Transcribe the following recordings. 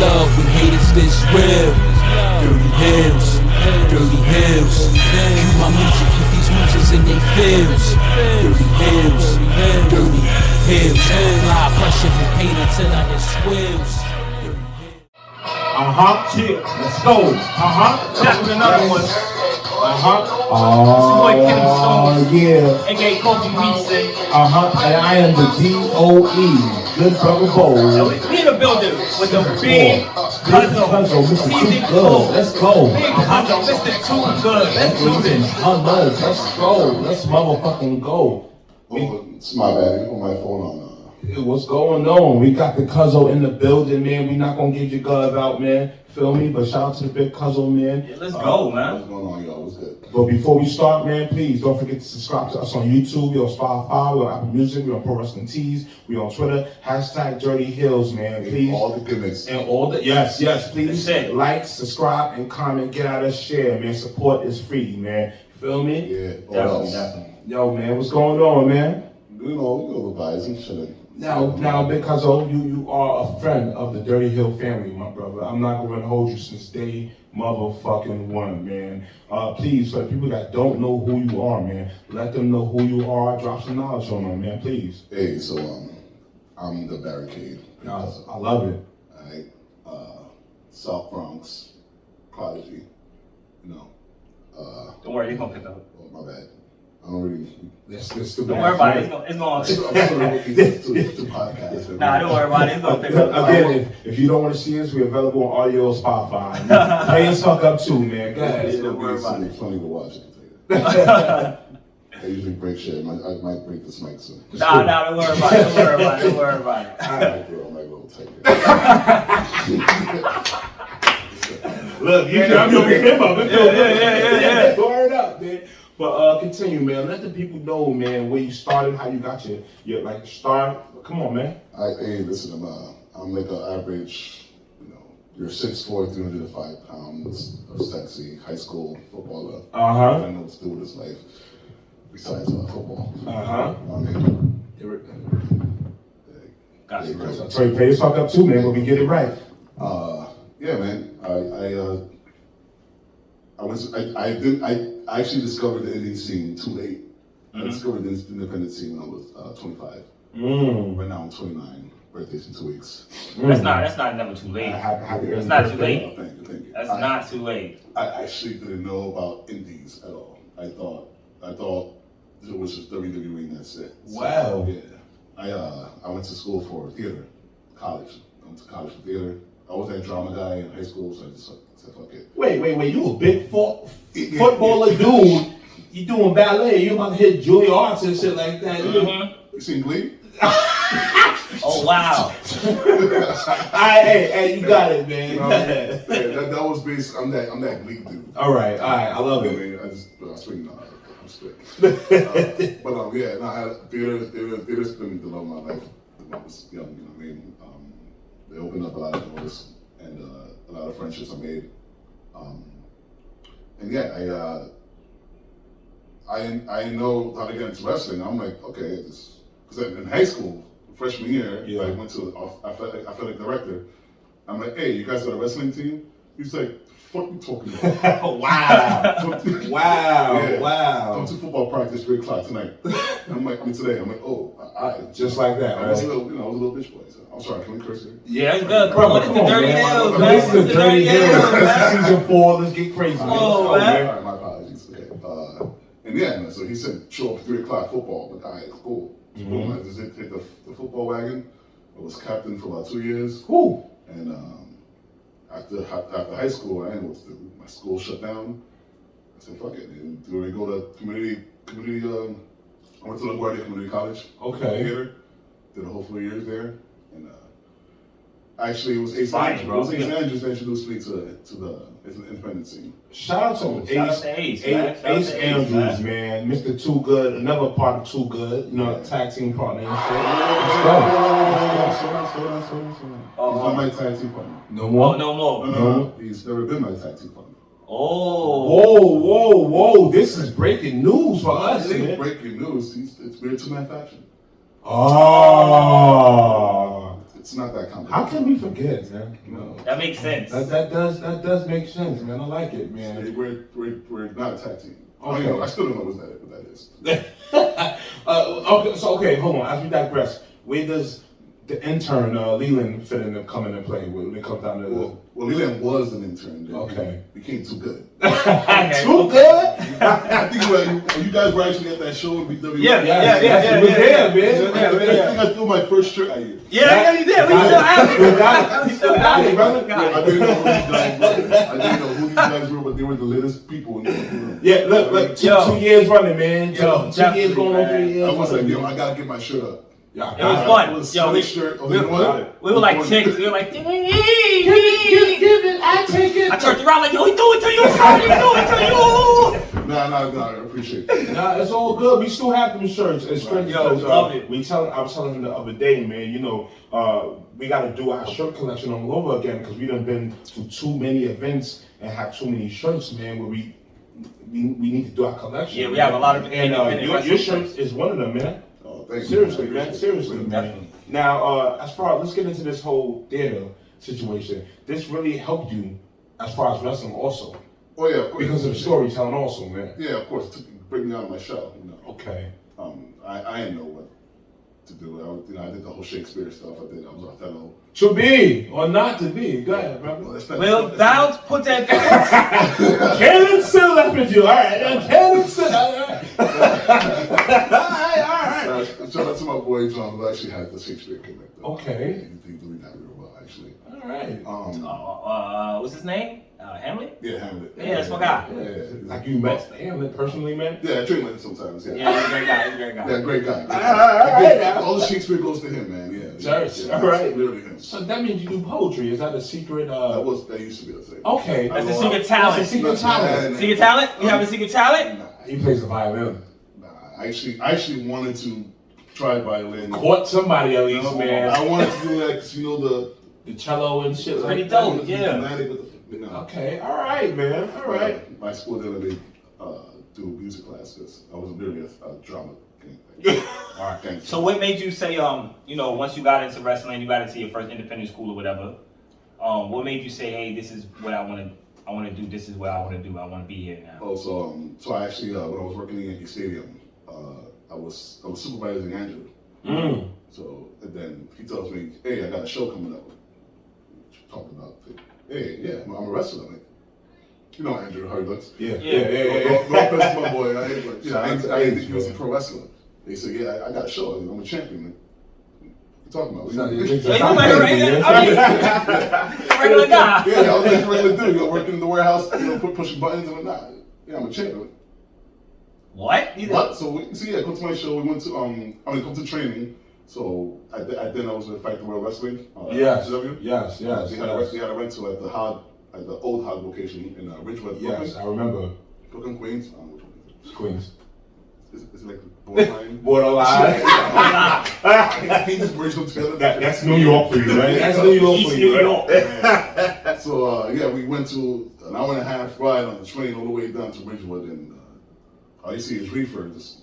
love when haters this real. Dirty hills, dirty hills. You my music, keep these losers in they fields. Dirty hills, dirty hills. Apply pressure and pain until I hit squills. Uh huh. Chill. Let's go. Uh huh. Shot with another one. Uh-huh. Uh huh. Oh, yeah. AKA Kofi Beats. Uh huh. And I am the DOE. Good brother Bowl. We in the building with the big Cuzzo, cousin. Mr. Too Season Good. four. Let's go. Big cousin, Mr. Too Good. Let's do this. Unless, let's go. Let's motherfucking go. Oh, it's my bad. You put my phone on. uh, Dude, What's going on? We got the Cuzzo in the building, man. We not gonna get your gov out, man. Feel me? But shout out to the big Cuzzo, man. Let's go, Uh, man. what's going on, y'all? What's good? But before we start, man, please don't forget to subscribe to us on YouTube, we're on Spotify, we're on Apple Music, we're on Pro Wrestling Tees, we're on Twitter, hashtag Dirty Hills, man. Please. All the goodness. And all the yes, yes, please That's it. like, subscribe, and comment. Get out of share, man. Support is free, man. Feel me? Yeah. What Definitely, else? definitely. Yo, man, what's going on, man? You know, we go over vibes. I'm chilling. Now, now, because oh, you you are a friend of the Dirty Hill family, my brother. I'm not going to hold you since day motherfucking one, man. Uh, please, for the people that don't know who you are, man, let them know who you are. Drop some knowledge on them, man, please. Hey, so um, I'm the barricade. Nah, I love it. Alright. Uh, South Bronx prodigy. You know. Uh, Don't worry, it's gonna pick up. oh, my bad. I don't really. That's, that's the Don't best, worry about it. man. It's gonna, it's gonna I'm sort of looking to, to, to podcast. Nah, don't worry about it. It's gonna pick up. Again, if, if you don't want to see us, we're available on audio and Spotify. Play us fuck up too, man. Go Yeah, ahead. it's gonna Don't worry be about something funny to watch. I can tell you. I usually break shit. I might, I might break this mic soon. Nah, nah, don't worry about it. Don't worry about it. Don't worry about it. I might grow. I might grow tight. Look, you I'm gonna pick him up. Yeah, yeah, yeah, yeah, yeah. Word up, man. But uh, continue, man. Let the people know, man, where you started, how you got your, your like start. Come on, man. I hey, listen, I'm uh, I'm like an average, you know, you're six four, three hundred and five pounds of sexy high school footballer. Uh-huh. Uh I huh. don't know what to do with this life besides uh, football. Uh huh. I mean, Got you. yeah, So you play this fuck up too, man. But we get it right. uh, yeah, man. I I uh, I was I I did I actually discovered the Indian scene too late. I Mm-hmm. discovered the independent scene when I was uh, 25. Mm. Right now I'm 29. Birthday's in two weeks. That's not. That's not never too I late. have- I have your- It's not too Oh, late. thank you, thank you. That's I- not too late. I actually didn't know about indies at all. I thought I thought it was just WWE and that's it. So, Wow. yeah. I uh I went to school for theater, college. I went to college for theater. I was that drama guy in high school, so I just said fuck it. Wait, wait, wait. You a big fo- footballer dude. You doing ballet. You about to hit Julia Arts and shit like that. Uh-huh. You seen Glee? Oh wow. Alright, hey, hey, you got it, man. You know what I mean? yeah, that, that was based I'm that I'm that Glee dude. all right, all right, I love I it. mean, I just I swing nah, I'm straight. uh, but um, yeah, no, I had theater, theater, theater's been the love of my life when I was young. You know what I mean? Um, they opened up a lot of doors and uh, a lot of friendships I made. Um, and yeah, I uh, I I know how to get into wrestling. I'm like, okay, this because in high school, freshman year, Yeah. I went to the off- athletic, athletic director. I'm like, hey, you guys got a wrestling team? He's like, what you talking about? Oh, wow, wow, Yeah. Come wow. to football practice, three o'clock tonight. And I'm like, I mean, today. I'm like, oh, I, I Just like that, I was a right? little, you know, I was a little bitch boy. So I'm sorry, can we curse here? Yeah, it's good. Bro, what is the Come on, dirty man. deal, man? This is a dirty deal. man? This is season four. Let's get crazy. man. Oh, Let's go, man. All right, my apologies. Okay. Uh, and yeah, man, so he said, show up at three o'clock football. But all right, cool. Boom, I just hit, hit the, the football wagon. I was captain for about two years, Whew. and um, after after high school, I was my school shut down. I said, fuck it, dude. Do we go to community community? Um, I went to LaGuardia Community College. Okay. theater. Did a whole four years there, and uh, actually it was Ace Fine, Andrews. It bro. was Ace Andrews that introduced me to to the it's an independent scene. Shout out to Shout out Ace, to Ace, man. Shout Ace, out to Ace Andrews, man. man. Mr. Too Good, another part of Too Good. You know, tag team partner and shit. Let's go. He's Oh. not my tag team partner. No Oh, more. no No, more. Uh-huh. no, no. He's never been my tag team partner. Oh. Whoa, whoa, whoa! This is breaking news for us, This ain't man. breaking news. He's, it's weird to my faction. Oh, It's It's not that complicated. How can we forget, man? No. That makes sense. That, that does that does make sense, man. I like it, man. We're, we're, we're not a tag team. I, mean, I still don't know what that is. What that is. uh, okay, so okay, hold on. As we digress, where does the intern uh, Leland fit in come in and play when it comes down to Well, well, Leland was an intern. Then. Okay. We came too good. Okay. too good? I think well, you, you guys were actually at that show in BW. Yeah, yeah, yeah, yeah, yeah, you was there, man. yeah, I, I, Yeah, yeah. think I threw my first shirt at you. Yeah, yeah, you did. We still have it. You got it. We still have it. You got it, brother. I didn't know who these guys were. I didn't know who these guys were, but they were the latest people in the room. Yeah, look, look, two, Yo. two years running, man. Two- Yo, two years definitely, going on man. three years. I was like, running. yo, I gotta get my shirt up. yeah, It was I fun. was Yo, we- sweatshirt. Oh, we- you know what? We were like Going- chicks. We were like, give it, I take it. I turned around like, yo, he do it to you, son. He do it to you. Nah, nah, nah. I appreciate that. Nah, it's all good. We still have them shirts. It's crazy. Yo, 'cause, uh, love it. We tell. I was telling him the other day, man. You know, uh, we got to do our shirt collection all over again because we done been to too many events and have too many shirts, man. Where we we, we need to do our collection. Yeah, we have a lot of And uh, independent your, your wrestling shirt is one of them, man. Oh, thank you. Seriously, I man. appreciate it. Seriously, man. Definitely. Now, uh, as far let's get into this whole theater situation. This really helped you as far as wrestling, also Oh, yeah, of course. because of the storytelling, also, man. Yeah, of course. It took- Bring me out of my shell, you know. Okay. um, I, I didn't know what to do. I, was- you know, I did the whole Shakespeare stuff. I did. I was Othello. To be or not to be. Go ahead, brother. Well, that's not- Will that's thou put that? Cannon still left with you. All right. now Cannon still. All right. all right. not- that's- Shout out to my boy John, who actually had the Shakespeare connect. Okay. He's doing that real well, actually. All right. Oh Um, Uh, what's his name? Uh, Hamlet. yeah, Hamlet. Yeah, that's my guy. Yeah, yeah, yeah. Like you met Hamlet personally, man. Yeah, I drink with him sometimes. Yeah. Yeah, he's a great guy. He's a great Yeah, guy. great guy. all right, now. All the Shakespeare goes to him, man. Yeah. Sure, yeah, sure, yeah, all right. Literally him. So that means you do poetry. Is that a secret? That Uh, was that used to be a thing. okay. That's a Well, secret That's a Oh, talent. secret talent. Secret talent? You have a secret talent? Nah, He plays the violin. nah, I actually, I actually wanted to try violin. Caught somebody at least, No, I man. wanted to do that because you know the The cello and shit. Pretty Like. dope. Oh, the yeah. dramatic with the- no. Okay. All right, man. All right. My school didn't let me uh, do music classes. I was really a, a drama king. All right, thank you. So what made you say, um, you know, once you got into wrestling, you got into your first independent school or whatever. Um, what made you say, hey, this is what I want to, I want to do. This is what I want to do. I want to be here now. Also, um, so I actually uh, when I was working in Yankee Stadium, uh, I was I was supervising Andrew. Mm. So and then he tells me, "Hey, I got a show coming up." Talking about, hey, yeah, I'm a wrestler. Like, you know Andrew, how he looks. Yeah. Yeah. Yeah. Yeah. No, Yeah. no, yeah. no offense to my boy. I ain't, like, you know, I ain't, I ain't think he was a Yeah. pro wrestler. They said, yeah, I, I got a show. I'm a champion. Like, what you talking about? Yeah, you Hey, you might have- Yeah. I mean, Regular guy. yeah, I was just a regular dude. You know, working in the warehouse, you know, pu- pushing buttons and whatnot. Yeah, I'm a champion. What? You- What? So, we, so yeah, come to my show. We went to, um, I mean, come to training. So I, th- I then I was with Fight the World Wrestling. Uh, Yes. FCW. Yes. Yes. They had, a, Yes. they had a rental at the Hog, at the old Hog location in uh, Ridgewood, Yes. Brooklyn, I remember Brooklyn, Queens. Um, which one is it? Queens. Is it- is it like borderline? Borderline. he just merged them together. That, that's New York for you, right? That's New York East for you, New right? York. so uh, yeah, we went to an hour and a half ride on the train all the way down to Ridgewood, and uh, all you see is reefer just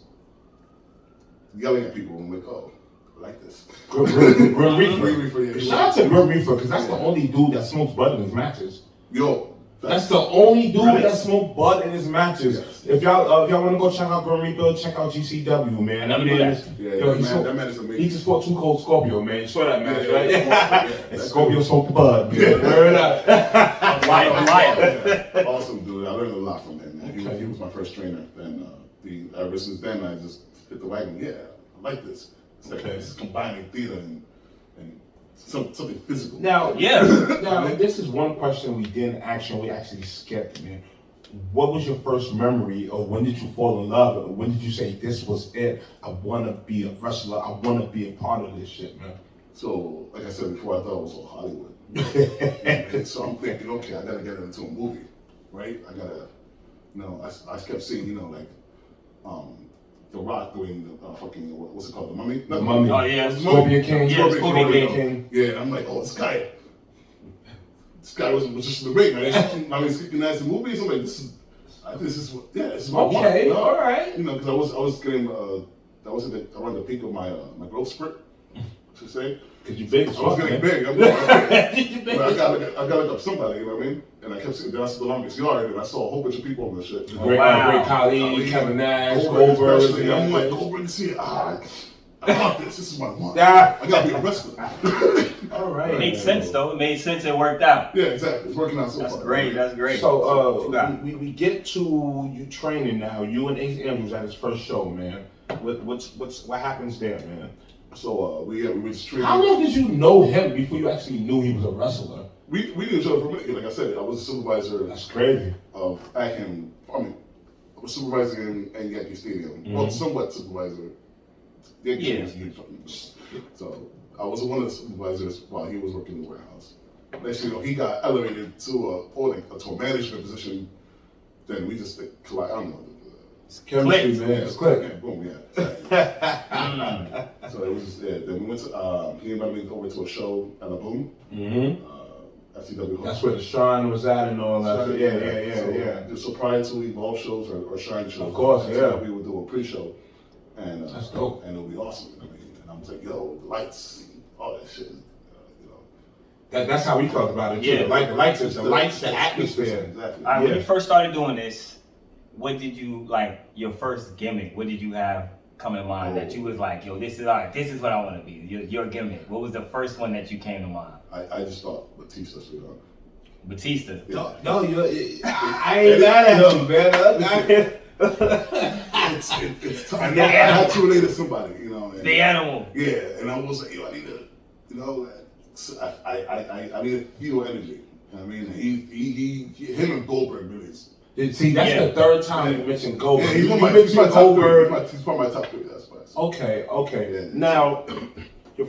yelling at people. I'm like, oh, I like this. Good- good- good Green Reefer. reefer, yeah. Shout out to Grim Reefer because that's the only dude that smokes bud in his matches. Yo, That's the only dude Right. that smokes bud in his matches. Yes. If y'all uh, if y'all wanna go check out Grim Reaper, check out GCW man. That Let me do man that. is- Yeah, yo, that he man- smoked- that man is amazing. He just fought two cold Scorpio man. You saw that Yeah, match, yeah, right? yeah. and That's Scorpio cool. smoked bud. Man. Word up. Liar, liar. Yeah, awesome dude. I learned a lot from him. Man. He, was, Okay. he was my first trainer, and uh, the, ever since then, I just hit the wagon. Yeah, I like this. It's like Okay. it's combining theater and, and some, something physical. Now, Yeah. Now, this is one question we didn't actually we actually skipped, man. What was your first memory, or when did you fall in love, or when did you say this was it? I want to be a wrestler. I want to be a part of this shit, man. So, like I said before, I thought it was all Hollywood. And so I'm thinking, okay, I gotta get into a movie, right? I gotta, you know, I, s- I kept seeing, you know, like, um, The Rock doing the uh, fucking, what- what's it called? The Mummy? Not The Mummy. Oh, yeah. Scorpion King. Yeah, Scorpion King. Yeah, I'm like, oh, this guy, this guy was, was just in the ring, right? I mean, kicking ass in movies. I'm like, this is, I, this is what, yeah, this is what Okay, I want. all right. You know, because I was, I was getting, uh, I was at the, around the peak of my, uh, my growth spurt. to say. Cause you big. as I was fuck, getting man. big. I'm like, okay. You But I got look, I got look up somebody, you know what I mean? And I kept sitting down to the longest yard, and I saw a whole bunch of people on this shit. Great, Oh, wow. great colleague, Ali, Kevin Nash, Goldberg, Goldberg. especially. you know, I'm like, like- Goldberg, you see it. Ah, I I want this. This is what I want. Ah. I gotta be a wrestler. All It right. made sense though. It made sense. It worked out. yeah, exactly. It's working out so That's far. great. That's great. So uh, Yeah. we, we, we get to you training now. You and Ace Andrews at his first show, man. What what's what's what happens there, man? So uh, we yeah, we were just training. How long did you know him before you actually knew he was a wrestler? We we knew each other for a minute. Like I said, I was a supervisor That's crazy. of at him. I mean, I was supervising him at Yankee Stadium. Mm-hmm. Well, somewhat supervisor. Yankee Yeah. Stadium's huge fucking- So I was one of the supervisors while he was working in the warehouse. Next thing you know, he got elevated to a or like, to a management position. Then we just like, collide. I don't know. It's chemistry, Click. man. It's click. Yeah, boom, yeah. Mm. so it was just, yeah. Then we went to um, he invited me over to a show at a boom. Mm-hmm. Uh, FCW. That's where the Sean was at and all that. Shine, yeah, yeah, yeah, so, yeah. So prior to Evolve shows or, or Shine shows, Of course, that's yeah. how we would do a pre-show, and uh, That's dope. and it'll be awesome. I mean, and I'm like, yo, lights, all that shit. Uh, you know, That, that's how we felt about it too. Yeah. The light, the lights, the, Just lights, the just- atmosphere. Exactly. All right, when Yeah. you first started doing this, what did you like? Your first gimmick. What did you have come in mind that you Oh. was like, yo, this is all right, this is what I want to be. Your, your gimmick. What was the first one that you came to mind? I, I just thought Batista straight on. Batista. Yeah. No, you. I I ain't mad at him, man. It's, it, it's time. I, The know, I had animal. to relate to somebody, you know. And, The animal. yeah, and I was like, yo, I need to, you know, so I, I, I, I, I need to feel energy. I mean, he, he, he, him and Goldberg really is I, see, that's Yeah. the third time you mentioned Goldberg. Yeah, he's You one of my, he's my mentioned top three. He's Goldberg. my, he's one of my top three. That's why. So, Okay, okay. Yeah. Now, your,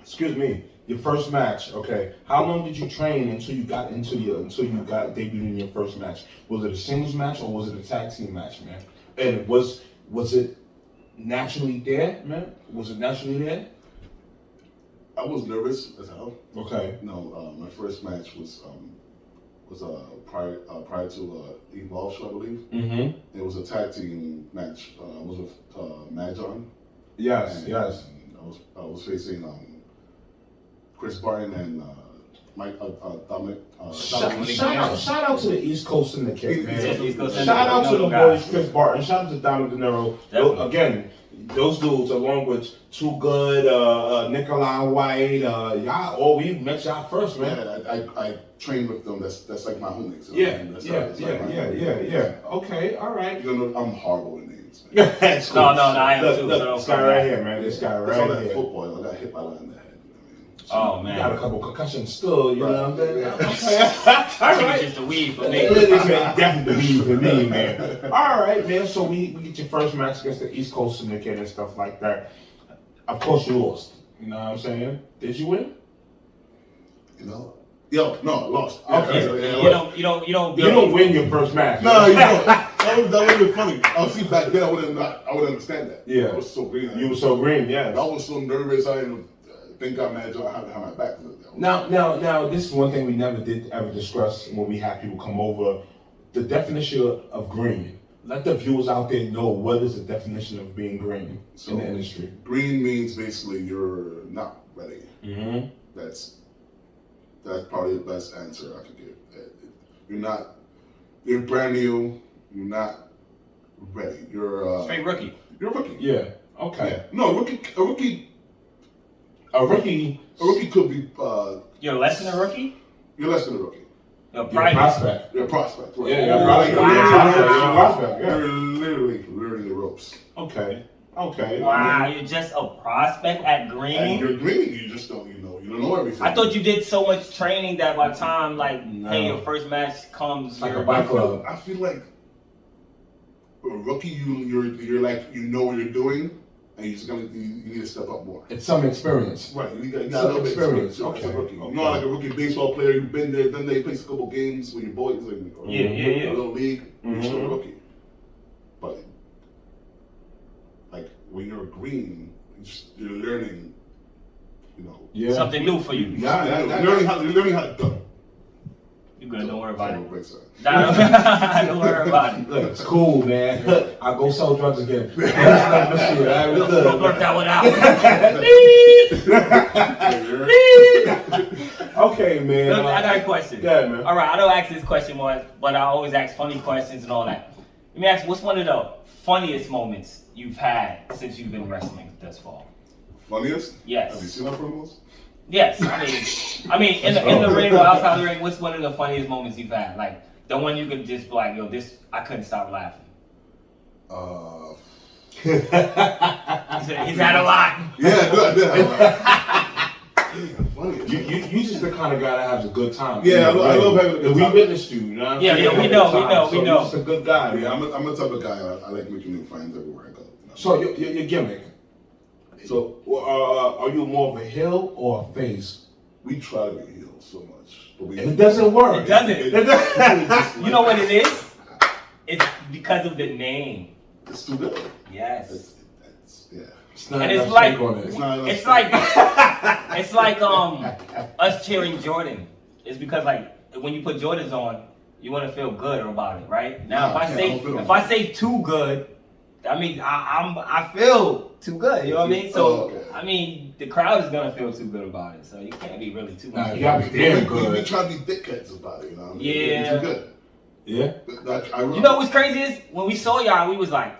excuse me, your first match. Okay, how long did you train until you got into your until you got debuted in your first match? Was it a singles match or was it a tag team match, man? And was was it naturally there, man? Was it naturally there? I was nervous as hell. Okay. No, uh, my first match was um, was uh, prior uh, prior to uh, Evolve show, I believe. Mm-hmm. It was a tag team match. Uh, I was with uh, Majon. Yes. and Yes. I was I was facing um, Chris Barton and uh, Mike uh, uh, Dominic. Uh, Shout, Dominic shout out, shout out to the East Coast Syndicate, man. He's gonna send Shout it out to another the guy. boys, Chris Barton. Shout out to Donald De Niro. Definitely. Tho- Again, those dudes, along with Too Good, uh, uh, Nikolai White, uh, y'all, oh, we met y'all first, man. Yeah, I, I, I trained with them. That's that's like my homies. you know what I Yeah, mean? That's yeah, that's like yeah, my yeah, homies. yeah, yeah. Okay, all right. You know, I'm horrible with names. Man. That's cool. No, no, no, I am Look, too, look, so don't this guy come right back. here, man. This guy That's all right that here. football. I got hit by a line in the head. Oh You got a man. couple concussions still, you know what I'm saying? Right. Okay. all It's right. just a weed for me. Definitely believe in me, man. All right, man. So we, we get your first match against the East Coast Syndicate and stuff like that. Of course, you lost. You know what I'm saying? Did you win? You know? Yo, no, I lost. Okay. Yeah, yeah, You don't. You don't. You don't. You don't win your first match. No, you don't. That would that would be funny. I see back then. I wouldn't. I would understand that. Yeah. I was so green. You were so green, I yes. was so nervous. I didn't uh, think I managed to have, have my back. Now, now, now, this is one thing we never did ever discuss when we had people come over. The definition of green. Let the viewers out there know what is the definition of being green in So- the industry. green means basically you're not ready. Mm-hmm. That's that's probably the best answer I could give. Uh, You're not. You're brand new. You're not ready. You're uh, Straight rookie. you're a rookie. Yeah. Okay. Yeah. No, a rookie. A rookie. A rookie A rookie could be. Uh, You're less than a rookie. you're less than a rookie. You're you're a private. prospect. You're a prospect. Right? Yeah, you're a Like, prospect, prospect. Wow. You're a you're literally learning- yeah. You're literally learning the ropes. Okay. Okay. Wow. You're just a prospect at And Green. you're green. You just don't. You know. You don't know everything. I thought you did so much training that by the time like No. hey your first match comes Like a you're- bike I feel, I feel like a rookie. You you're you're like you know what you're doing, and you're just gonna you, you need to step up more. It's some experience. Right, you got, Some you got a little bit of experience, experience. Okay. As a okay, rookie. okay. You're not like a rookie baseball player. You've been there, then they play a couple games with your boys. Like, or Yeah, yeah, yeah. Mm-hmm. A little league. You're still a Mhm. rookie. But, like, when you're green, you're, just, you're learning, you know. Yeah. something new for you. Yeah, that- you're that- learning, how, you're learning how to dunk. You good. Don't worry about Table it. breaks, sir. Nah, don't worry about it. Look, it's cool, man. Look, I go sell drugs again. That's not the shit. I Don't, don't blurt that one out. look. Yeah, okay, man. Look, I got a question. Yeah, man. All right, I don't ask this question much, but I always ask funny questions and all that. Let me ask, what's one of the funniest moments you've had since you've been wrestling thus far? Funniest? Yes. Have you seen our promos? Yes, I mean, I mean, in the, in the ring or outside the ring, what's one of the funniest moments you've had? Like the one you could just be like, yo, this, I couldn't stop laughing. Uh, He's, he's had a lot. yeah, good, yeah. Funniest. You, you, you just the kind of guy that has a good time. Yeah, I love- I love having a good And We time. witnessed you, you know what I'm Yeah, saying? yeah, we Good know, we time. know, we So know. You're just a good guy, Yeah, man. I'm a, I'm a type of guy. I, I like making new friends everywhere I go. you know? So, your, your, your gimmick. So, uh, are you more of a heel or a face? we try to be healed so much, but we It doesn't work. It doesn't. doesn't. You know what it is? It's because of the name. It's too good. Yes. It's, it's, yeah. It's not And it's enough like shake on it. It's not enough it's shake. like it's like um us cheering Jordan. It's because like when you put Jordans on, you want to feel good about it, right? Now if Nah, I yeah, say I don't feel if good. I say too good, I mean I, I'm I feel too good. You know what I mean? So Oh, okay. I mean the crowd is gonna feel too good about it. So you can't be really too Nah, much. you gotta be damn we, We, we good. try to be dickheads about it. You know what I mean? Yeah. It's too good. Yeah? But That, I remember, You know what's crazy is when we saw y'all, we was like,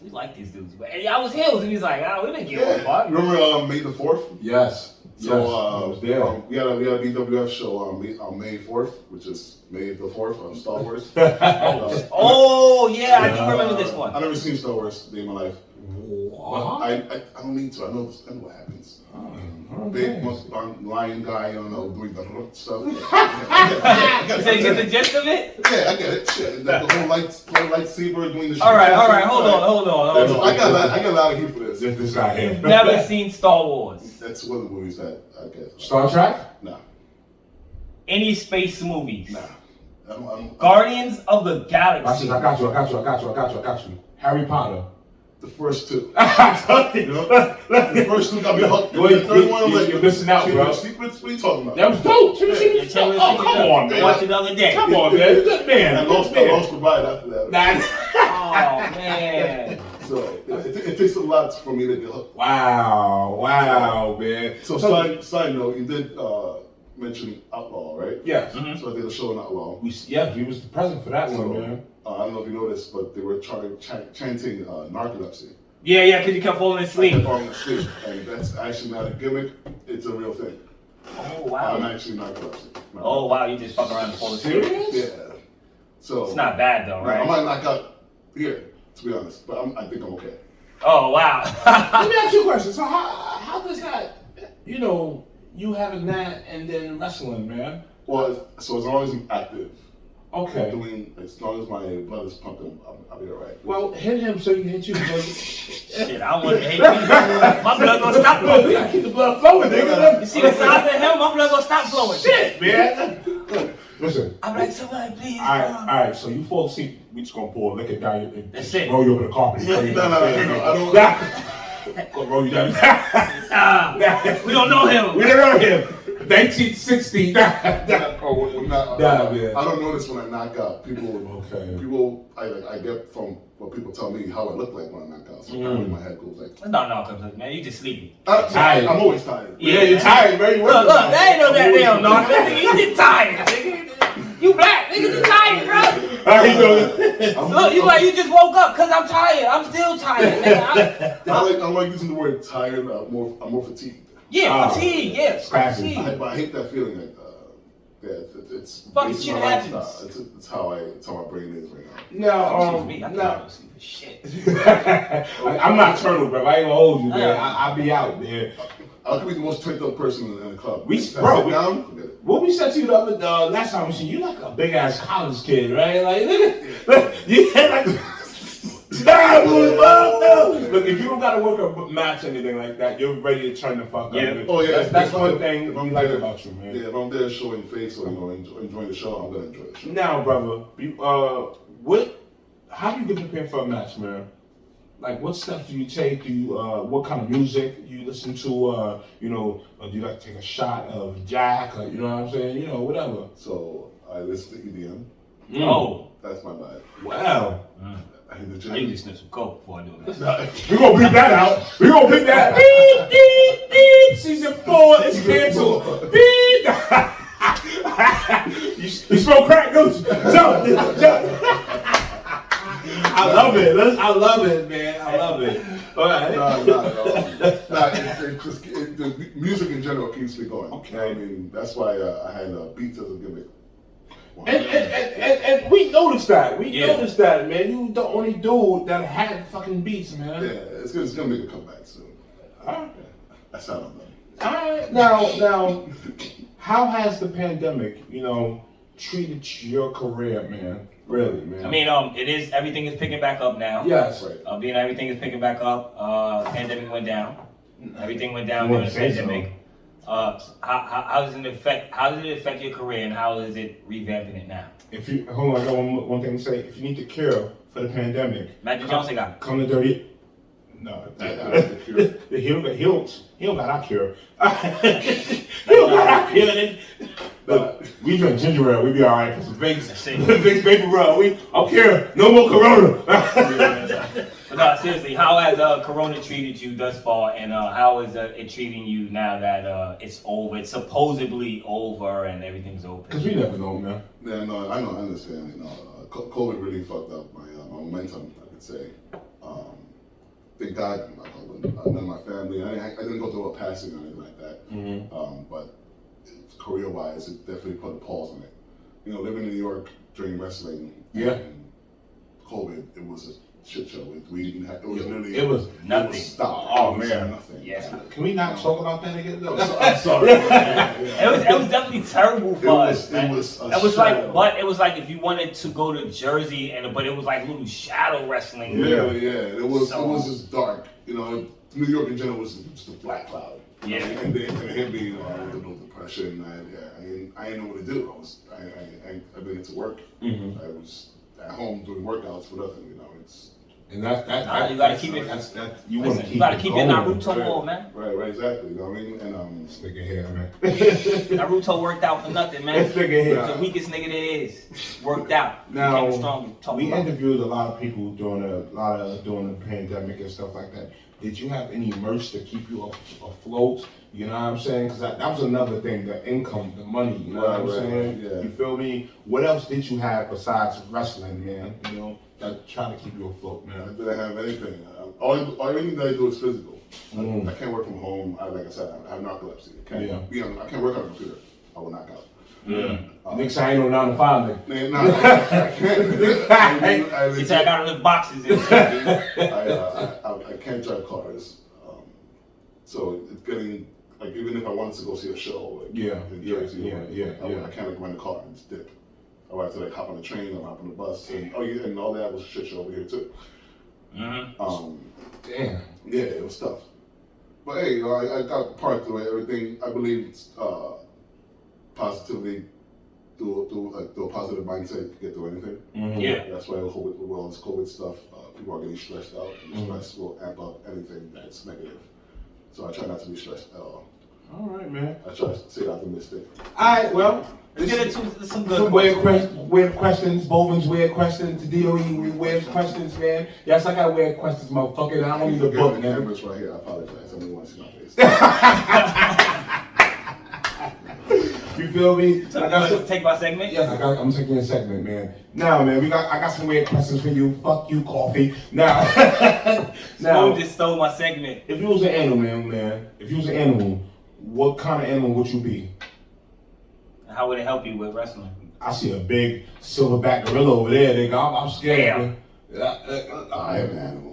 we like these dudes, but and y'all was heels, and he was like, ah, we didn't give a Yeah. fuck. Remember um, May the fourth. Yes. So yes. I uh, was there. um, we had a we had a BWF show on May, on May fourth, which is May the fourth on Star Wars. Uh, Oh yeah, I do remember this I one. never seen Star Wars in my life. What? I, I I don't need to. I know I know what happens. Oh, Big Okay. muscle bound lion guy, I don't know, doing the stuff. You said you get the gist of it? Yeah, I get it. Shit, the whole light, whole lightsaber doing the. shit. All right, all right, hold on, hold on, hold I on. got, a lot, I got a lot of heat for this. This, this guy here. Never seen Star Wars. That's one of the movies that I get. Star Trek? Nah, Any space movies. nah. I don't, I don't, Guardians of the I said, Galaxy. I got you, I got you, I got you, I got you, I got you. Harry Potter. the first two. that You know? the first two got me hooked. Wait, the third you- one, I'm you- like, you're missing out, Chamber of bro. Secrets? What are you talking about? was dope. She was- she Yeah, was- Taylor oh, Swift- come on, Watch man. it the other day. Come on, man. Good man. I lost, I good lost the ride after that. man. Oh man. So it, it, it takes a lot for me to get hooked. Wow, wow, man. So side, side note, you did uh, mention Outlaw, right? yes, So I did a show on Outlaw. we yes, we was the present for that So, one, man. uh, I don't know if you noticed, but they were trying, ch- chanting uh, narcolepsy. Yeah, yeah, because you kept falling asleep. Like, falling asleep. And that's actually not a gimmick. It's a real thing. Oh I'm wow. actually narcolepsy. Oh wow, you just fuck around and fall asleep. Serious? Yeah. So It's not bad though, No, I right? might knock out here, to be honest, but I'm, I think I'm okay. Oh wow. Let me ask you a question. So how how does that, you know, you having that and then wrestling, man? Well, so as long as I'm active, Okay. doing as long as my blood is pumping, I'll, I'll be all right. Well, hit him so you can hit you. But Shit, I want to hate you. My blood gonna stop we flowing. gotta keep the blood flowing, You nigga. see the size of him, my blood gonna stop flowing. Shit. man. Listen, I'm like, somebody please. All right, come. all right. So you fall asleep. We just gonna pour a liquor down your and That's it. roll you over the carpet. no, no, no, no, I don't. Gonna roll you down. Ah, we don't know him. we don't know him. 1960. Oh, when- when I- Yeah, I- man. I don't notice when I knock out. People, Okay. people, I, like, I get from what people tell me how I look like when I knock out. So Mm. apparently my head goes like, It's not narcolepsy, man. You just sleepy. I'm Tired. tired. I'm always tired. Yeah. you're tired, man. You Look, working look, hard. that ain't no goddamn narcolepsy. You just tired, nigga. You black, nigga. You tired, How you doing? bro. Look, you like you just woke up because I'm tired. I'm still tired, nigga. I, I like, I like using the word tired. Uh, more, I'm more fatigued. yeah, Ah, fatigue. Yeah, classy. I, fatigue. but I hate that feeling. Like, uh, yeah, it's, it's, it's Fucking it's shit my happens. lifestyle. It's, it's how I, it's how my brain is right No, Excuse now. um, me. I no. think I was sleeping. Shit. I'm not turtle, bro. I ain't gonna hold you, Uh. man. I, I be out, man. I could be the most turned up person in the club. We- If I bro, sit we- down, forget it. What we said to you the other uh, last time we seen you, like a big ass college kid, right? Like, nigga, look, you had like. Nah, boy, no, no. Look, if you don't gotta work a match or anything like that, you're ready to turn the fuck Yeah. up. man. Oh, yeah. that's, that's If I- one thing if we I'm like there- about you, man. Yeah, if I'm there showing face or you know enjoy, enjoying the show, I'm gonna enjoy the show. Now, brother, you, uh, what? How do you get prepared for a match, man? Like, what steps do you take? Do you, uh, what kind of music you listen to? Uh, you know, uh, do you like to take a shot of Jack? Or, you know what I'm saying? You know, whatever. So I I listen to EDM. Oh, That's my vibe. Wow. I hit the I gym. need to sniff some coke before I do that. We're gonna beat that out. We're gonna beat that. beep, beep, beep. Season four is canceled. Beep. you, you smoke crack, don't you? Jump, jump. I love it. Let's- I love it, man. I love it. All right. No, not at all. Nah, it, it just, it, the music in general keeps me going. Okay. I mean, that's why uh, I had uh, beats as a gimmick. Wow. And, and, and, and, and we noticed that. We Yeah. noticed that, man. You the only dude that had fucking beats, man. yeah, it's, gonna- it's gonna make a comeback soon. That's how I'm done. All right. Now, now, how has the pandemic, you know, treated your career, man? Really, man. I mean, um, it is everything is picking back up now. yes. Right. Uh, being everything is picking back up. Uh, pandemic went down. Everything went down during the Wouldn't say so. pandemic. Uh, how, how, how does it affect? How does it affect your career, and how is it revamping it now? If you hold on, I got one, more- one thing to say. If you need the cure for the pandemic, Magic Johnson got it. come to dirty. No, that- Yeah, that's the cure. the he don't he don't he don't got our cure. he don't got our cure. nigga. Look, we drink ginger ale, we be all right for some Vicks. That's it. Vicks vapor rub. We don't care. No more Corona. But no, seriously, how has uh, Corona treated you thus far, and uh, how is uh, it treating you now that uh, it's over? It's supposedly over, and everything's Cause open. we never know, man. Yeah, no, I know, I understand. You know, uh, co- COVID really fucked up my, uh, my momentum, I could say. Um, thank God, you know, COVID, uh, none of my family. I, didn't- I didn't go through a passing or anything like that. Mm-hmm. Um, but career wise, it definitely put a pause on it. You know, living in New York during wrestling, Yeah. and COVID, it was a shit show. It, we didn't have, it was literally It was Nothing. stopped. Oh, It was man. nothing. Um, Yeah. Can we not talk about that again? No, so- I'm sorry. Yeah, It yeah. was, it was definitely terrible for It was- us. it man. was a It was like, shadow. but it was like if you wanted to go to Jersey, and but it was like little shadow wrestling. Yeah, yeah. It was So- it was just dark. You know, New York in general was just a black cloud. Yeah. And then and hit me, you know, with a little depression. I yeah, I didn't I didn't know what to do. I was I I I, I went into work. Mm-hmm. I was at home doing workouts for nothing. You know, it's And that, that, Nah, you that- gotta keep it- That's, that, you want to Listen, keep you gotta it keep going. your Naruto on, man. right, right, exactly. You know what I mean? And um, This nigga here, man. Naruto worked out for nothing, man. This nigga here. The weakest nigga there is worked out. Now, Became strong. Talk we about it. interviewed a lot of people during a lot of during the pandemic and stuff like that. Did you have any merch to keep you af- afloat? You know what I'm saying? Because that, that was another thing, the income, the money. You know what Right, I'm right, saying? right, yeah. You feel me? What else did you have besides wrestling, man? You know, that trying to keep you afloat, I man. didn't have anything. I, all, all everything that I do is physical. I, Mm. I can't work from home. I, like I said, I have narcolepsy. I can't, Yeah. be on- I can't work on a computer. I will knock out. Yeah. Next, I ain't no nine to five. nigga. Man, no, I can't. I, I, He legit- said I gotta lift boxes and shit. I, uh, I, I, I can't drive cars, um, so it's getting like even if I wanted to go see a show, like, Yeah, in yeah, Jersey, yeah, like, yeah, I, yeah. I can't like rent a car and just dip. I would have to like hop on the train or hop on the bus, and oh yeah, and all that was a shit show over here too. Mhm. Um, Damn. yeah, it was tough. But hey, you know, I, I got part through it. Everything I believe it's, uh, positively through through like through a positive mindset, you can get through anything. Yeah. That's why with COVID, with all this COVID stuff, uh, people are getting stressed out. And Stress will amp up anything that's negative. So I try not to be stressed at all. All right, man. I try to stay optimistic. All right, well. Let's this- get into some good Some weird, questions. quest- weird questions, Bovin's weird questions, the DOE we- weird questions, man. Yes, I got weird questions, motherfucker. and I don't need a book, the man. camera's right here. I apologize. I didn't want to see my face. You feel me? So I got let's some- take my segment. yes, I got, I'm taking a segment, man. Now, man, we got. I got some weird questions for you. Fuck you, coffee. Now, Boom now, just stole my segment. if you was an animal, man, man, if you was an animal, what kind of animal would you be? How would it help you with wrestling? I see a big silverback gorilla over there, nigga. I'm, I'm scared. man. I am an animal.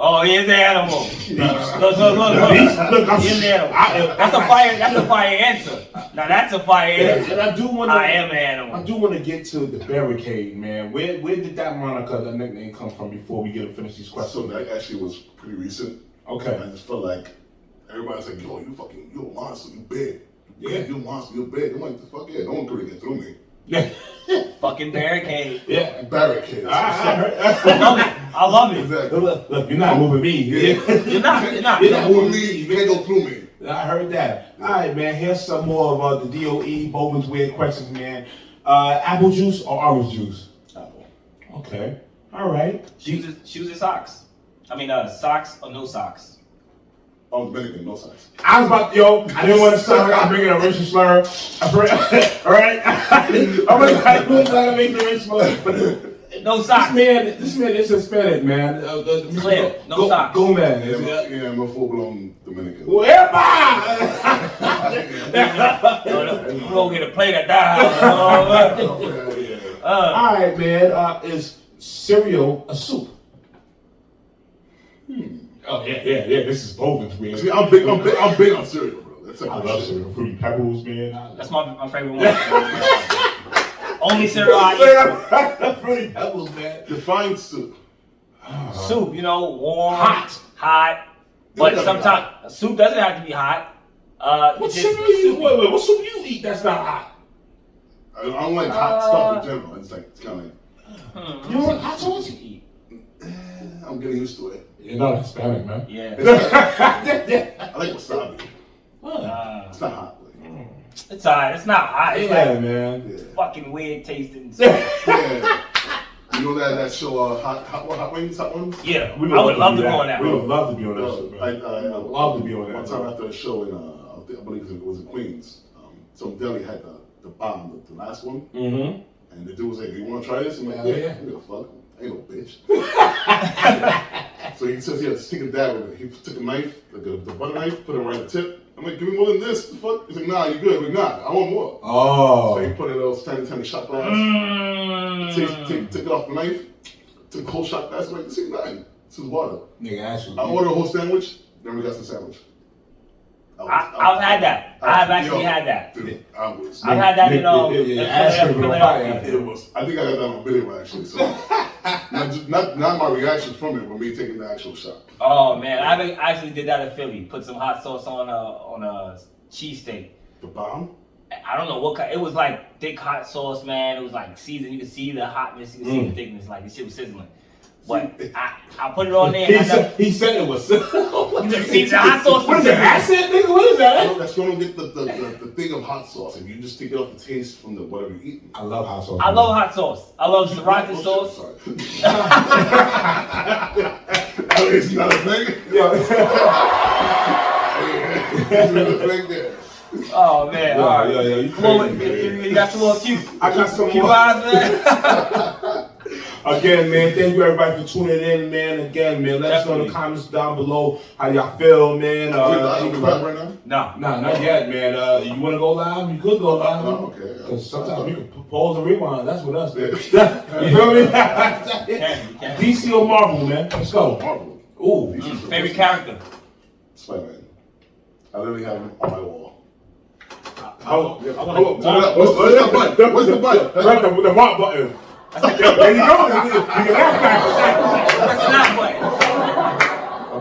Oh, here's the animal. look, look, look, look. Look, I'm, Here's the animal. I am- that's a fire. That's a fire answer. Now that's a fire answer. And I do want to. I am an I animal. do want to get to the barricade, man. Where where did that moniker, that nickname, come from? Before we get to finish these So questions, that actually was pretty recent. I okay? just felt like everybody's like, yo, you fucking, you a monster, you big. Yeah. Yeah, you a monster, you big. I'm like, fuck yeah, no one could get through me. Yeah, Fucking barricade. yeah. Barricades. I love it. I love it. Exactly. Look, look, Ah, you're not moving me. You're not. You're not. You can't move me, you can't go through me. I heard that. All right, man. Here's some more of uh, the DOE Bovin's weird E, questions, man. Uh, apple juice or orange juice? Apple. Okay. All right. Shoes, or- shoes or socks? I mean, uh, socks or no socks? I'm Dominican, no socks. I was about yo. I didn't want to sound like I'm bringing a racial slur. I br- All right. I'm gonna I didn't want to make the racial slur. but- No This socks. man, this man is Hispanic, man. Uh, the, the, Clear. No Go- socks. Gomez. Yeah, I'm- yeah, I'm a full blown Dominican. Whoever. No, no, we don't get to play that down. Yeah, yeah. uh, All right, man. Uh, is cereal a soup? Oh yeah, yeah, yeah. This is both man. See, I'm big, I'm big, I'm big on cereal, bro. That's I love cereal, fruity pebbles, man. that's my, my favorite one. Only cereal I I fruity pebbles, man. Define soup. eat. Soup, you know, warm, Hot. hot. It But doesn't sometimes soup doesn't have to be hot. Uh, What just cereal you soupy. wait, wait, what soup you eat that's not hot? I don't, I don't like hot stuff in general. It's like, it's kind of like, You know what hot sauce? eh, I'm getting used to it. You're not Hispanic, man. Yeah. I like wasabi. Huh. Uh, It's not hot. Like, it's alright. It's not hot. It's Yeah, like man. yeah. fucking weird tasting. stuff. yeah. You know that, that show, uh, hot, hot, hot Wings? Hot Ones? Yeah, I would love to go on that. We road. would love to be on that Bro, show, I, I, man. I would love to be on that. One time after a show in, uh, I think- I believe it was in Queens, um, some deli had the, the bomb, the, the last one, Mm-hmm. and the dude was like, You want to try this? I'm like, Hell yeah. Yeah, you give a fuck. I ain't no bitch. so he says he had to stick a dab with it. He took a knife, like a, the butter knife, put it right at the tip. I'm like, Give me more than this. The fuck? He's like, Nah, you good. I'm like, Nah, I want more. So he Oh. put it in those tiny, tiny shot glass. Take, Mm. take, took it off the knife, took the whole shot glass. I'm like, This ain't nothing. This is water. Nigga, actually. I ordered a whole sandwich, then we got some sandwich. was- I, I've had that. I was- I've actually yo, had that. Dude, I was. I've had that in um, Yeah, yeah, yeah, in ass Phila- cream on fire. Philadelphia. It was. I think I got that on video actually. So not, just, not not my reaction from it, but me taking the actual shot. Oh man, I been- I actually did that in Philly. Put some hot sauce on a on a cheesesteak. The bomb. I don't know what kind. It was like thick hot sauce, man. It was like seasoned. You could see the hotness. You could see Mm. the thickness. Like this shit was sizzling. But I, I put it on there. He And I never, said, he said it was. you could see the hot sauce. What was is that? sizzling. Acid, nigga? What is that? You know, that's when you get the, the, the, the thing of hot sauce, and you just take it off the taste from the whatever you eat. Oh, I love hot sauce. I love hot sauce. I love sriracha sauce. Sorry. it's not a thing. Yeah, It's not a thing there. Oh man, Yeah, all right. yeah, yeah, you Come on, crazy, you- man. you- you got some more cute, I got some cute more. eyes, man. Again, man, thank you everybody for tuning in, man. Again, man, let us know in the Definitely. comments down below how y'all feel, man. Are we live? Are we live Uh, right now? no, nah, not yet, man. Uh, you want to go live? You could go live. No, Oh, okay. Cause sometimes we can p- pause and rewind. That's what us, man. you feel me? can, you can. DC or Marvel, man. Let's go. Marvel. Ooh, favorite character. Spider-Man. I literally have him on my wall. Oh, Oh, turn it up. What's, what's the button? What's the button? Right, the, the mark button. there you go. You can laugh back. That's not what.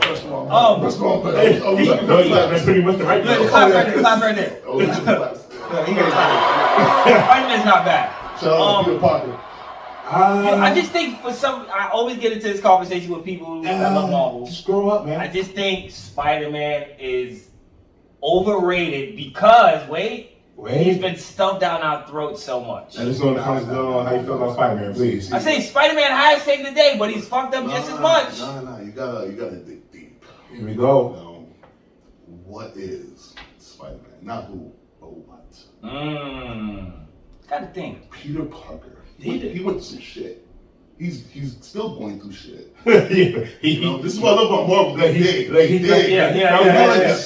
I pressed the wrong Oh. button. Press the wrong button. Oh, yeah. No, you got- that's pretty much the right Look, button. clap right there. Clap right there. Oh, it's just Look, he got it. Right there's not bad. Shout out Um, to Peter Parker. I Uh, just think for some, I always get into this conversation with people that love uh, Marvel. just grow up, man. I just think Spider-Man is overrated because wait, he's Wait. been stuffed down our throat so much. Let us know in the comments below how you feel about Spider Man, please. I say Spider-Man has saved the day, but he's fucked up just as much. No, no, you gotta, you gotta dig deep. Here we go. Now, what is Spider-Man? Not who, but what? Mmm. Got to think. Peter Parker. He did. He went through shit. He's he's still going through shit. yeah, he, You know, he, this is why I love about Marvel. Like They he- dig. like he- They dig. yeah, yeah, Now, yeah, you're like yeah. a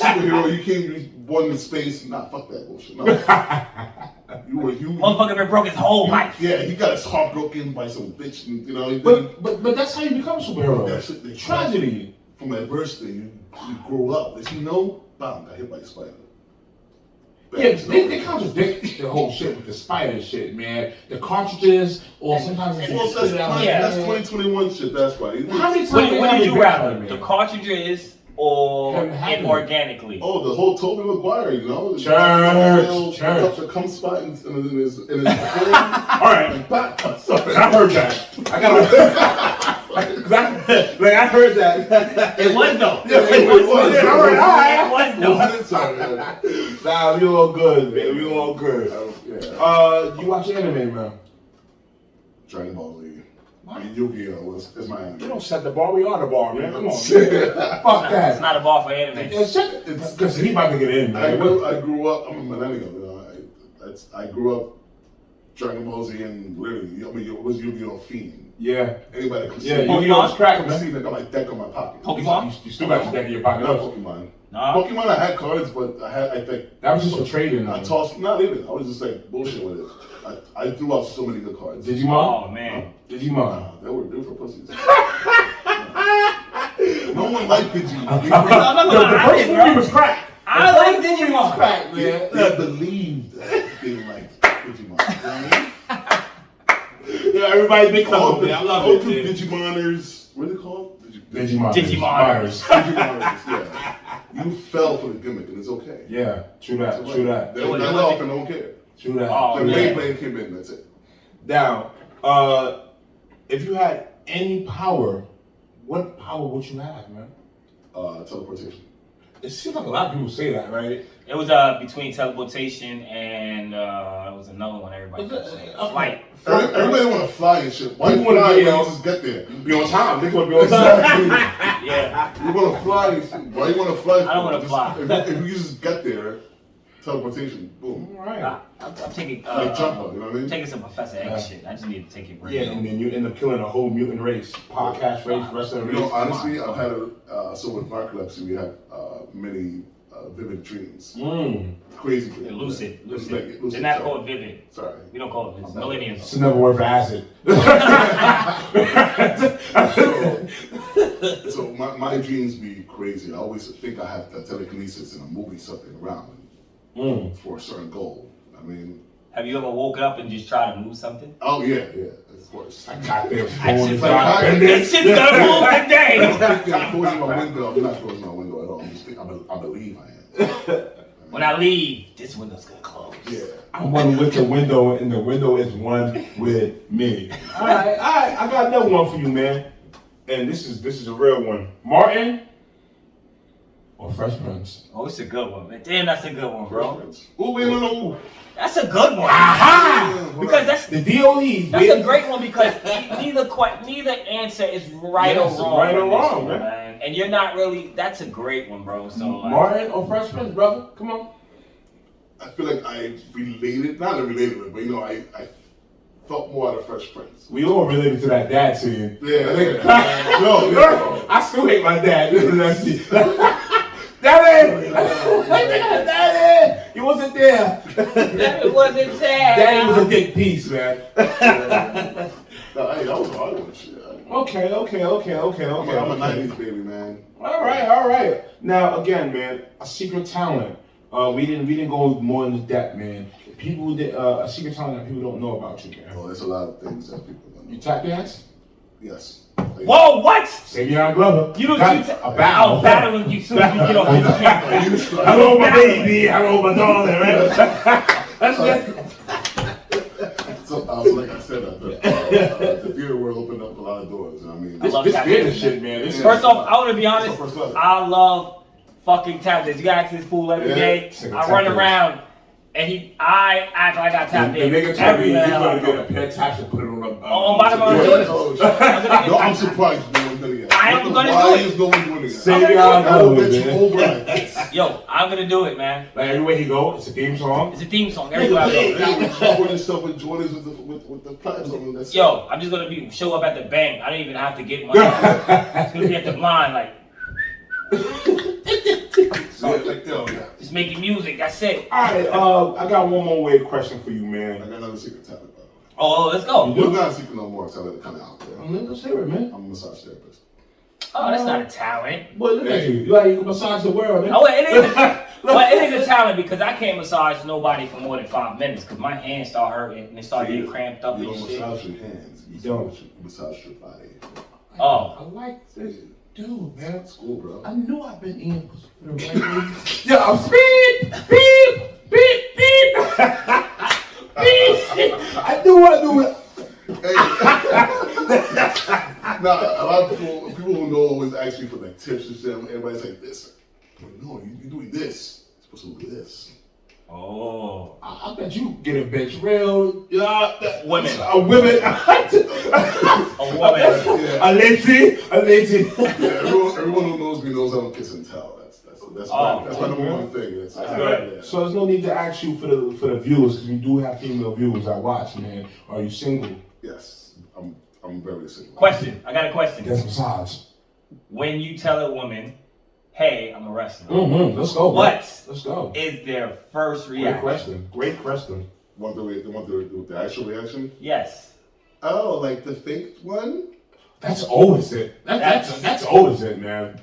superhero. You came, you was born in space. Nah, fuck that bullshit. No. you were human. Motherfucker been broke his whole life. Yeah, he got his heart broken by some bitch, and, you know. he- but, but but that's how you become a That's it. superhero. Tragedy. from adversity, you, you grow up. As you know, bam, got hit by a spider. Bam, Yeah, it's they, over. they contradict the whole shit with the spider shit, man. The cartridges, or sometimes it's Well, that's, 20, Yeah. that's 2021 shit. That's why. You- How many times What, what have did you been rather? Spider-Man? The cartridges or Haven't happened. inorganically? Oh, the whole Toby Maguire, you know? Church, church. The cum spot in, in, in his. In his All All right, right. Sorry. I heard that. I got. Like, like I heard that. It was though. Yeah, it was. Yeah, all right, all right. It was though. Sorry. man. Nah, we all good, man. We all good. Yeah. Yeah. Uh, you watch anime, man. Dragon Ball Z. I mean, Yu-Gi-Oh! is, is my You anime. don't set the bar. We are the bar, man. Come on. man. Fuck It's that. not a ball for anime. Yeah, shut Because he about to get in, I man. grew, I grew up. I'm a millennial. You know, I, that's, I grew up Dragon Ball Z and literally, I mean, it was Yu-Gi-Oh! fiend. Yeah. Anybody could see Yeah, it. you know it's crack, I could man. see it. I got my deck on my pocket. Pokemon? You, you still got your deck in your pocket. Not Look, Pokemon. No, Pokemon, I had cards, but I had, I think, That was just for trading. I though. tossed, not even. I was just like bullshit with it. I, I threw out so many good cards. Digimon? oh man, Digimon. Nah, they were they were for pussies. no one liked Digimon. no, no, Yo, no, the I first didn't, movie bro. was crack. I like was Digimon. crack, They, man. they, they believed that they didn't like Digimon. Yeah, everybody's big All couple. the, man. I love all it. the dude. Digimoners. What are they called? Digi- Digimon. Digimoners. Digimoners. Yeah. You fell for the gimmick, and it's okay. Yeah, true that, true that, They went off and don't care. true that. Oh, The yeah. main player came in. That's it. Now, uh, if you had any power, what power would you have, man? Uh, teleportation. It seems like a lot of people say that, right? It was uh between teleportation and uh it was another one everybody kept saying. Flight. Every- Everybody want to fly and shit. Why You you wanna fly be when you able- just get there? Be on time. They want to be on time. Yeah. You want to fly? Why you want to fly? I don't wanna Just- fly. If, if you just get there, teleportation, boom. All right. I, I'm, I'm taking uh, Like jumper, you know what I I'm mean? taking some Professor X Yeah. shit. I just need to take it right Yeah, now. and then you end up killing a whole mutant race, podcast race, wrestling You race. know, honestly, I've had a, uh, so with narcolepsy, we have uh, many uh, vivid dreams, Mm. crazy dreams. Yeah, lucid, It's lucid. like- lucid, They're not sorry. called vivid. Sorry. We don't call it vivid. It's Millennials. another word for acid. So my, my dreams be crazy. I always think I have the telekinesis and I'm moving something around Mm. for a certain goal. I mean, Have you ever woken up and just tried to move something? oh yeah, yeah, of course. I Goddamn That phone shit's is gonna, not in that this. shit's gonna move today. don't think I'm closing my window. I'm not closing my window at all. I'm just think, I, be, I believe I am. When I leave, this window's gonna close. Yeah. I'm one with the window, and the window is one with me. All right, all right. I got another one for you, man. And this is this is a real one. Martin or Fresh Prince? Oh, it's a good one, man. Damn, that's a good one, bro. Oh wait, no, no. That's a good one. Aha! Because that's The E DOE. That's man. a great one because neither quite neither answer is right Yes, or wrong. right or on this wrong, one, man. And you're not really. That's a great one, bro. So like, Martin or Fresh Prince, brother? Come on. I feel like I related, not related, but you know, I, I felt more out of Fresh Prince. We all related to that dad scene. Yeah, yeah. no, yeah. I still hate my dad. Daddy! Daddy! You wasn't there. that it wasn't sad. Daddy was a dick piece, man. No, hey, that was a hard one. Shit. I- Okay, okay, okay, okay, I'm, okay. a, I'm a okay. '90s baby, man. All right, all right. Now again, man, a secret talent. Uh, we didn't we didn't go more into depth, man. People that uh, a secret talent that people don't know about you, man. Oh, there's a lot of things that people don't You know. tap dance? Yes. Whoa, what? Savion Glover. You don't Got you ta- a battle. I'll battle you soon as you get off this camera. You start- Hello, my baby. Hello, my darling. Right? That's it. So, uh, so like I said, uh, the, uh, the theater world opened up a lot of doors. And I mean, I love This tap business dancing, shit, man. This First off, I want to be honest. What's up, what's up? I love fucking tap dance. You got this fool every Yeah. day. Sick of I tap run dance. around, and he, I act like I tap the nigga told dance me every he's day. I'm gonna like, get a pair of taps and put it on a. Uh, Oh, by the yeah, way, yeah, Jordan. oh, shit. I'm gonna no, get- I'm surprised no one's doing it. I am What the- gonna do why it. is no one doing it? Savion Oh, I will Glover, bet you man. over. it. Yo, I'm gonna do it, man. Like everywhere he go, it's a theme song. It's a theme song everywhere I go. They were covering yourself with Jordans with the with, with the platinum. on. That's Yo, I'm just gonna be show up at the bank. I don't even have to get money. it's gonna be at the blind, like it. Yeah, like, yo, yeah. just making music. That's it. All right, uh, I got one more weird question for you, man. I got another secret talent. By the way. Oh, let's go. Well, not a secret no more. Tell it kind of out there. Mm, Let's hear it, man. I'm a massage therapist. Oh, that's not a talent. Boy, look at you. You like you can massage the world, man. Oh, wait, it is. A, but it is a talent because I can't massage nobody for more than five minutes because my hands start hurting and they start getting cramped up You and don't shit. massage your hands. You don't. You massage your body. Oh. I like this dude, man. That's cool, bro. I knew I've been in for the right reason. Yeah, I'm beep, beep, beep, beep, beep. I do what I do. it. Hey. nah, a lot of people, people who know always ask me for like tips and shit. Everybody's like, this. I'm like, no, you, you're doing this. You're supposed to do this. Oh. I, I bet you get a bitch real. Yeah, that- Women. A women. A woman. Yeah. a lady. A lady. Yeah, everyone, everyone who knows me knows I don't kiss and tell. That's that's that's, Oh. my, that's my number one thing. That's, That's I- good. yeah. So there's no need to ask you for the for the viewers because we do have female viewers that watch, man. Are you single? yes, I'm I'm very single. question. I got a question. That's massage. When you tell a woman, hey, I'm a wrestler, Mm-hmm. Let's go. bro. what Let's go. is their first Great reaction? question. Great question. Want the re- want the, the actual reaction? Yes. Oh, like the fake one? That's always it. That, that's that's, always it, man.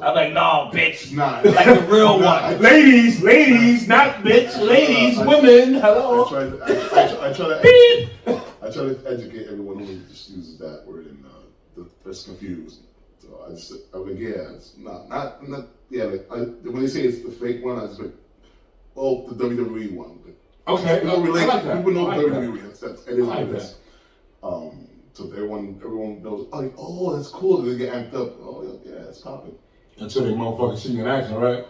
I'm like, no, bitch. Nah, Like the real Nah, one. I- Ladies, ladies, not bitch, ladies, women. I Hello. try to, I, I, I try to edu- I try to educate everyone who just uses that word and uh, th- that's confused. So I just I'm like, yeah, it's not not not yeah. Like I, when they say it's the fake one, I just like, oh, the WWE one. Like, Okay. people relate. I like that. People know I like that. WWE. That's, that's it is I like like this. Um, so everyone everyone knows. Oh, like, oh, that's cool. They get amped up. Oh, yeah, yeah, it's popping. Until they motherfucking see you in action, right?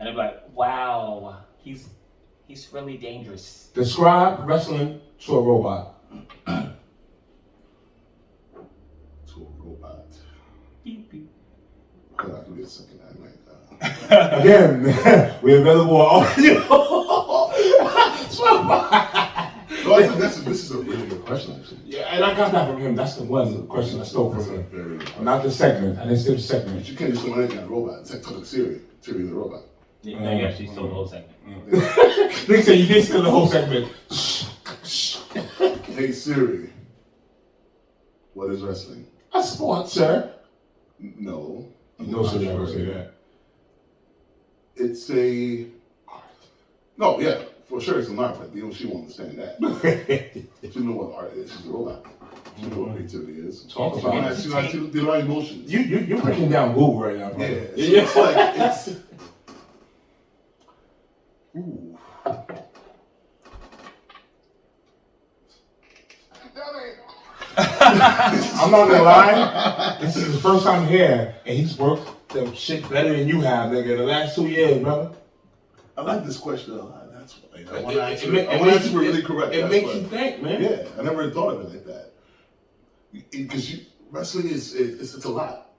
And I'm like, wow, he's he's really dangerous. Describe wrestling to a robot. To a robot. Beep, beep. Hold on, give me a second. I might. Uh, Again, we're available on audio. no, that's, that's, this is a really good question. Actually. yeah, and I got that from him. That's the one question I stole from him. Very good. Not the segment. I didn't steal the segment. You can't just do anything on a robot. It's like talking to Siri. Siri is a robot. Yeah, no, you actually stole the whole segment. Nick said you did steal the whole segment. Hey Siri, what is wrestling? A sport, sir. N- No. No, sir, never say that. It's a art. No, yeah, for sure it's an art, but you know, she won't understand that. she know what art is. She's a robot. She know what creativity is. Talk She about don't it. have- She don't have- she don't- they don't have emotions. You, you, you're breaking down Google right now, bro. yeah, so it's like it's. Ooh. I'm not gonna lie. This is the first time here, and he's worked the shit better than you have, nigga. The last two years, brother. I like this question a lot. That's why I want It- to it- answer. it ma- It, it I want to makes answer you- really correct. It that's makes why. you think, man. Yeah, I never thought of it like that. Because you, wrestling is it, it's, it's a lot,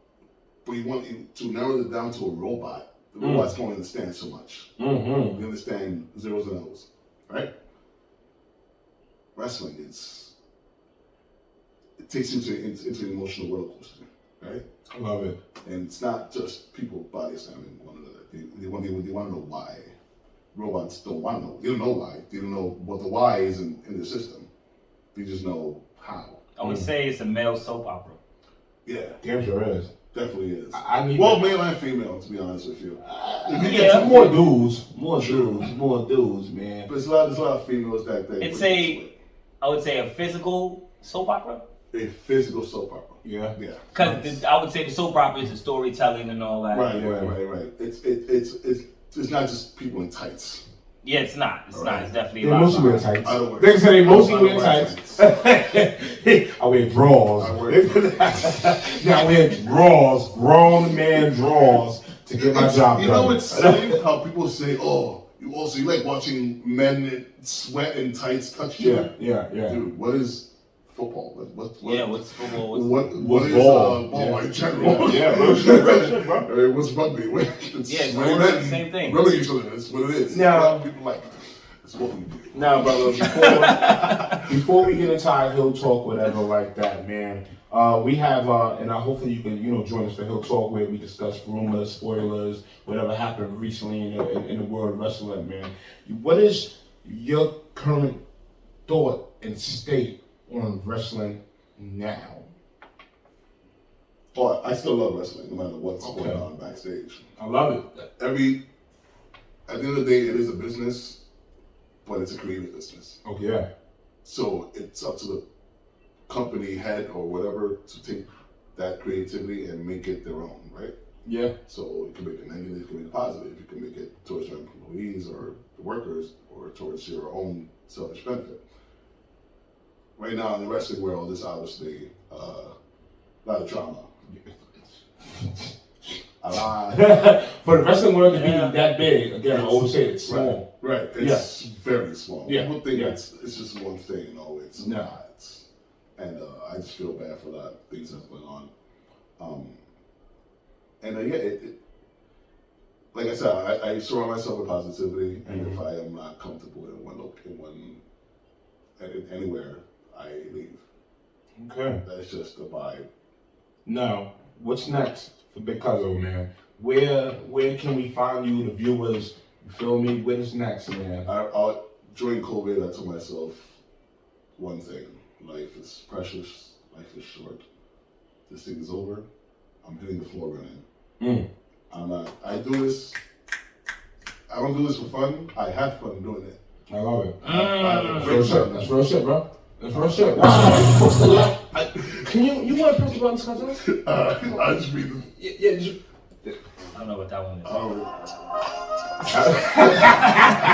but you want you to narrow it down to a robot. The Mm. robot's going to understand so much. Mm-hmm. We understand zeros and O's, right? Wrestling is it takes you into into, into an emotional roller coaster, right? I love it. And it's not just people body slamming one another. They, they want they, want to know why. Robots don't want to know. They don't know why. They don't know what the why is in, in the system. They just know how. I would say it's a male soap opera. Yeah, Damn sure is. definitely is. I, I need. Well, male and female, to be honest with you. yeah. more dudes, more dudes, more dudes, man. But it's a lot, there's a lot of females that that It's a- I would say a physical soap opera. a physical soap opera. Yeah. Yeah. Because I would say the soap opera is the storytelling and all that. Right, Yeah. right, right, right. It's it, it's it's it's not just people in tights. Yeah, it's not. It's not. It's definitely They a lot. mostly wear of- tights. I don't wear- They say they mostly I don't wear wear tights. I wear drawers. I wear- yeah, I wear drawers, grown man drawers to get my It's- job you done. know it's silly how people say, "Oh, you also you like watching men sweat in tights touch you." yeah, yeah, yeah. Dude, what is football? What what what, Yeah, what's football? What's, what, what's what is ball? uh, ball Yeah. in general? Yeah, bro. I mean, what's rugby? It's Yeah, it's what it all the is. same thing. Really, each other. That's what it is. Now- It's what people like. It's what we do. Now, brother, before, before we get into our hill talk, whatever like that, man, uh, we have, uh, and I hopefully you can, you know, join us for hill talk where we discuss rumors, spoilers, whatever happened recently in the, in, in the world of wrestling, man. What is your current thought and state on wrestling now? But I still love wrestling, no matter what's Okay. going on backstage. I love it. Every at the end of the day, it is a business, but it's a creative business. Okay, Oh, yeah. So it's up to the company head or whatever to take that creativity and make it their own, right? Yeah. So it can make it negative, it can make it positive, you can make it towards your employees or the workers or towards your own selfish benefit. Right now in the wrestling world, there's obviously uh, a lot of drama. alive. For the wrestling world to be Yeah. that big, again, I always say it's small. right. It's very small. Yeah. People think Yeah. it's it's just one thing and all. It's No. not. And uh, I just feel bad for a lot of things that's going on. Um, and uh, yeah, it, it, like I said, I, I surround myself with positivity, and Mm-hmm. if I am not comfortable in one loc- in one a- anywhere, I leave. Okay. That's just the vibe. Now, what's next for Big Cuzzo, man? Where where can we find you, the viewers? You feel me? What is next, man? I, I during COVID, I told myself one thing: life is precious, life is short. This thing is over. I'm hitting the floor running. Mm. I'm not. I do this. I don't do this for fun. I have fun doing it. I love it. I have a That's great real shit. time. That's real shit, bro. That's real shit. Wow. Push the left. I- Can you you want to press the button, Cuzzo? Uh, I just read the. Yeah. yeah you- I don't know what that one is. Um,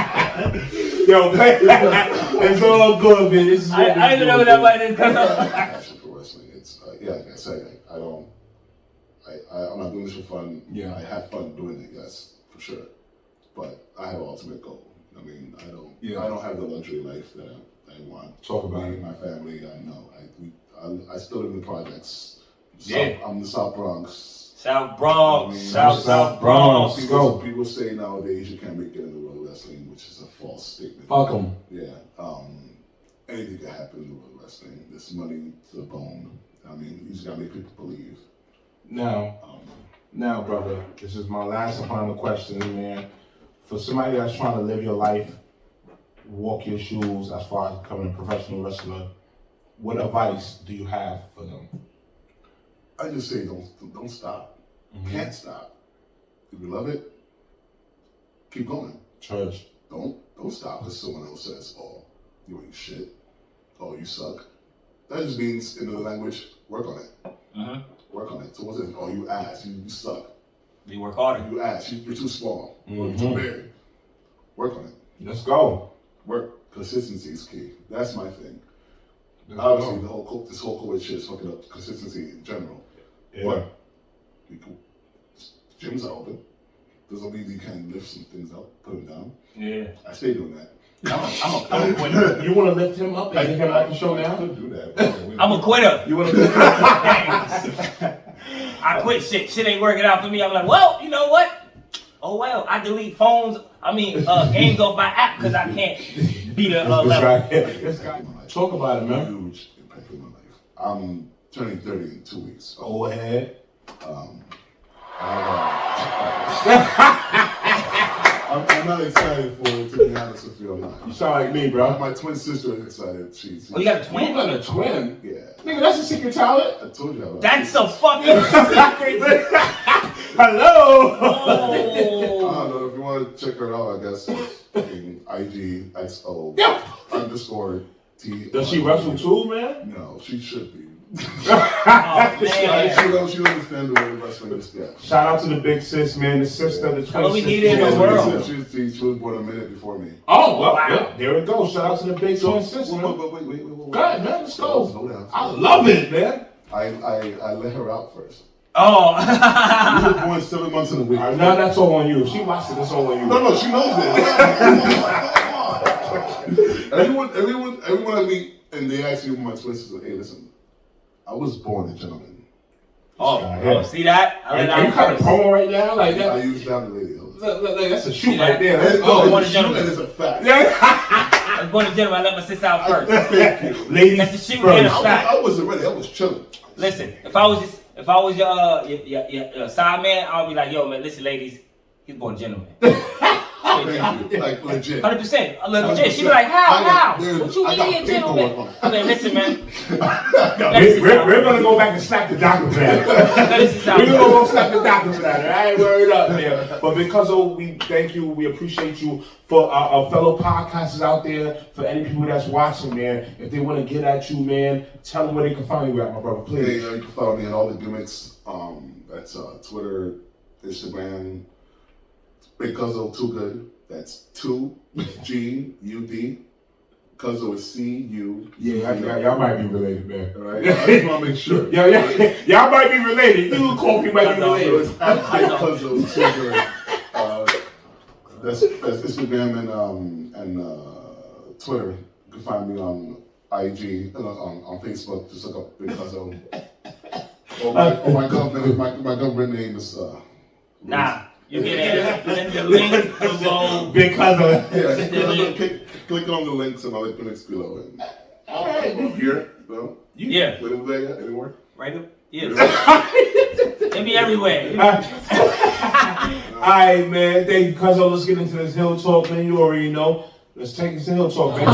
Yo, man, it's all good, man. This is I, I don't even know what that one is. passion for wrestling. It's uh, yeah. Like I said, I, I don't. I, I I'm not doing this for fun. Yeah. I have fun doing it. Yes, for sure. But I have an ultimate goal. I mean, I don't. Yeah. I don't have the luxury life that I, I want. Talk about Me it. and my family. I know. I we, I, I still live in the projects. South, Yeah. I'm the South Bronx. South Bronx, I mean, South South South Bronx. Bronx. Let's People, go. people say nowadays you can't make it in the world of wrestling, which is a false statement. Fuck 'em. Yeah. Um, anything can happen in the world of wrestling. This money to the bone. I mean, you just gotta make people believe. Now, Um, Now, brother, this is my last and final question, man. For somebody that's trying to live your life, walk your shoes as far as becoming a professional wrestler, what advice do you have for them? I just say don't don't stop. Mm-hmm. Can't stop. If you love it, keep going. Church. Don't don't stop because someone else says, "Oh, you ain't shit. Oh, you suck." That just means in another language, work on it. Mhm. Work on it. Someone says, "Oh, you ass. You, you suck. You work harder. You ass. You, you're too small. You're too big." Work on it. Mm-hmm. Let's go. Work. Consistency is key. That's my thing. Let's Obviously, go. the whole co- this whole COVID shit is fucking up consistency in general. Yeah. You can, gyms are open. Doesn't mean you can't lift some things up, put them down. Yeah. I stay doing that. I'm a, I'm a, I'm a quitter. You want to lift him up and get him out the show I now? could do that. but we- I'm a quitter. You want to? I quit shit. Shit ain't working out for me. I'm like, well, you know what? Oh well, I delete phones. I mean, uh, games off my app because I can't be the uh, This level. guy here. This guy. Talk about it, man. Huge impact in my life. I'm turning 30 in two weeks. Oh, Go ahead. I'm, I'm not excited for it, to be honest with you. I'm You not. sound like me, bro. My twin sister is excited. She's. Oh, you got a twin? You got a twin. Yeah. Nigga, that's a secret talent. I told you I was. That's a fucking secret. Hello. I Oh. don't know if you want to check her out. I guess it's fucking IGXO Yeah. underscore T. Does she wrestle too, man? No, she should be. Oh, man. Like, she don't. She don't understand the way wrestling is. Yeah. Shout out to the big sis, man, the sister, the twin All we sister. need is In the Yeah, world. She, was- she, she was born a minute before me. Oh, well, Wow. yeah, there it goes. Shout out to the big twin sister. man. Wait, wait, Go wait, wait, wait, wait, wait. ahead, man, let's Slow go. down. I love it, man. I, I, I let her out first. Oh. We were born seven months in a week. All right, now that's all on you. If she watches it, that's all on you. No, no, she knows this. everyone, everyone, everyone I meet, and they ask me when my twin sister, hey, listen, I was born a gentleman. Oh, oh, see that? I Are, let are you out kind of first. promo right now? Like I that? used down the lady. I was- Look, look, look, that's a shoot Yeah. right there. Let's And- go. Oh, No, born a it's a gentleman. gentleman. It's a fact. I was born a gentleman. I let my sister out first. Thank you. Ladies That's a shoot first. and a I, was, shot. I wasn't ready. I was chilling. Listen, if I was just, if I was your, uh, your, your, your, your side man, I'll be like, yo, man, listen, ladies, he's born a gentleman. Thank you. Like legit. Hundred percent, legit. She be like, how, I how? got- dude, What you I mean, got a gentleman? paperwork I on. mean, listen, man. Let me We're, see something. we're, we're gonna go back and slap the doctor for that. Let me see We're gonna something. go slap the doctor for that. I ain't worried up, man. But because of we thank you, we appreciate you for our, our fellow podcasters out there, for any people that's watching, man. If they want to get at you, man, tell them where they can find you at, my brother, Hey, please. uh, you can follow me on all the gimmicks. Um, that's uh, Twitter, Instagram, Big Guzzle Too Good. That's two G U D Cuz it was C U. Yeah, y'all, y'all might be related, man. Right? I just want to make sure. Yo, y'all, y'all might be related. You and Kofi might be No, It related. was actually cuz it was sugar. Uh, that's, that's Instagram and um and uh, Twitter. You can find me on IG uh, on, on Facebook. Just look up Big Cuzzo. Oh my, oh my government, my, my government name is uh, Nah, you get it. the link below. Big cousin. Yeah, click, click, click on the links and I'll put links below. And, all right, you here? No, Yeah, wait over there yet? Anywhere? right. up- Yeah, it be everywhere. Alright, man. Thank you, cousin. Let's get into this Hill Talk, man. You already know. Let's take this to Hill Talk, man.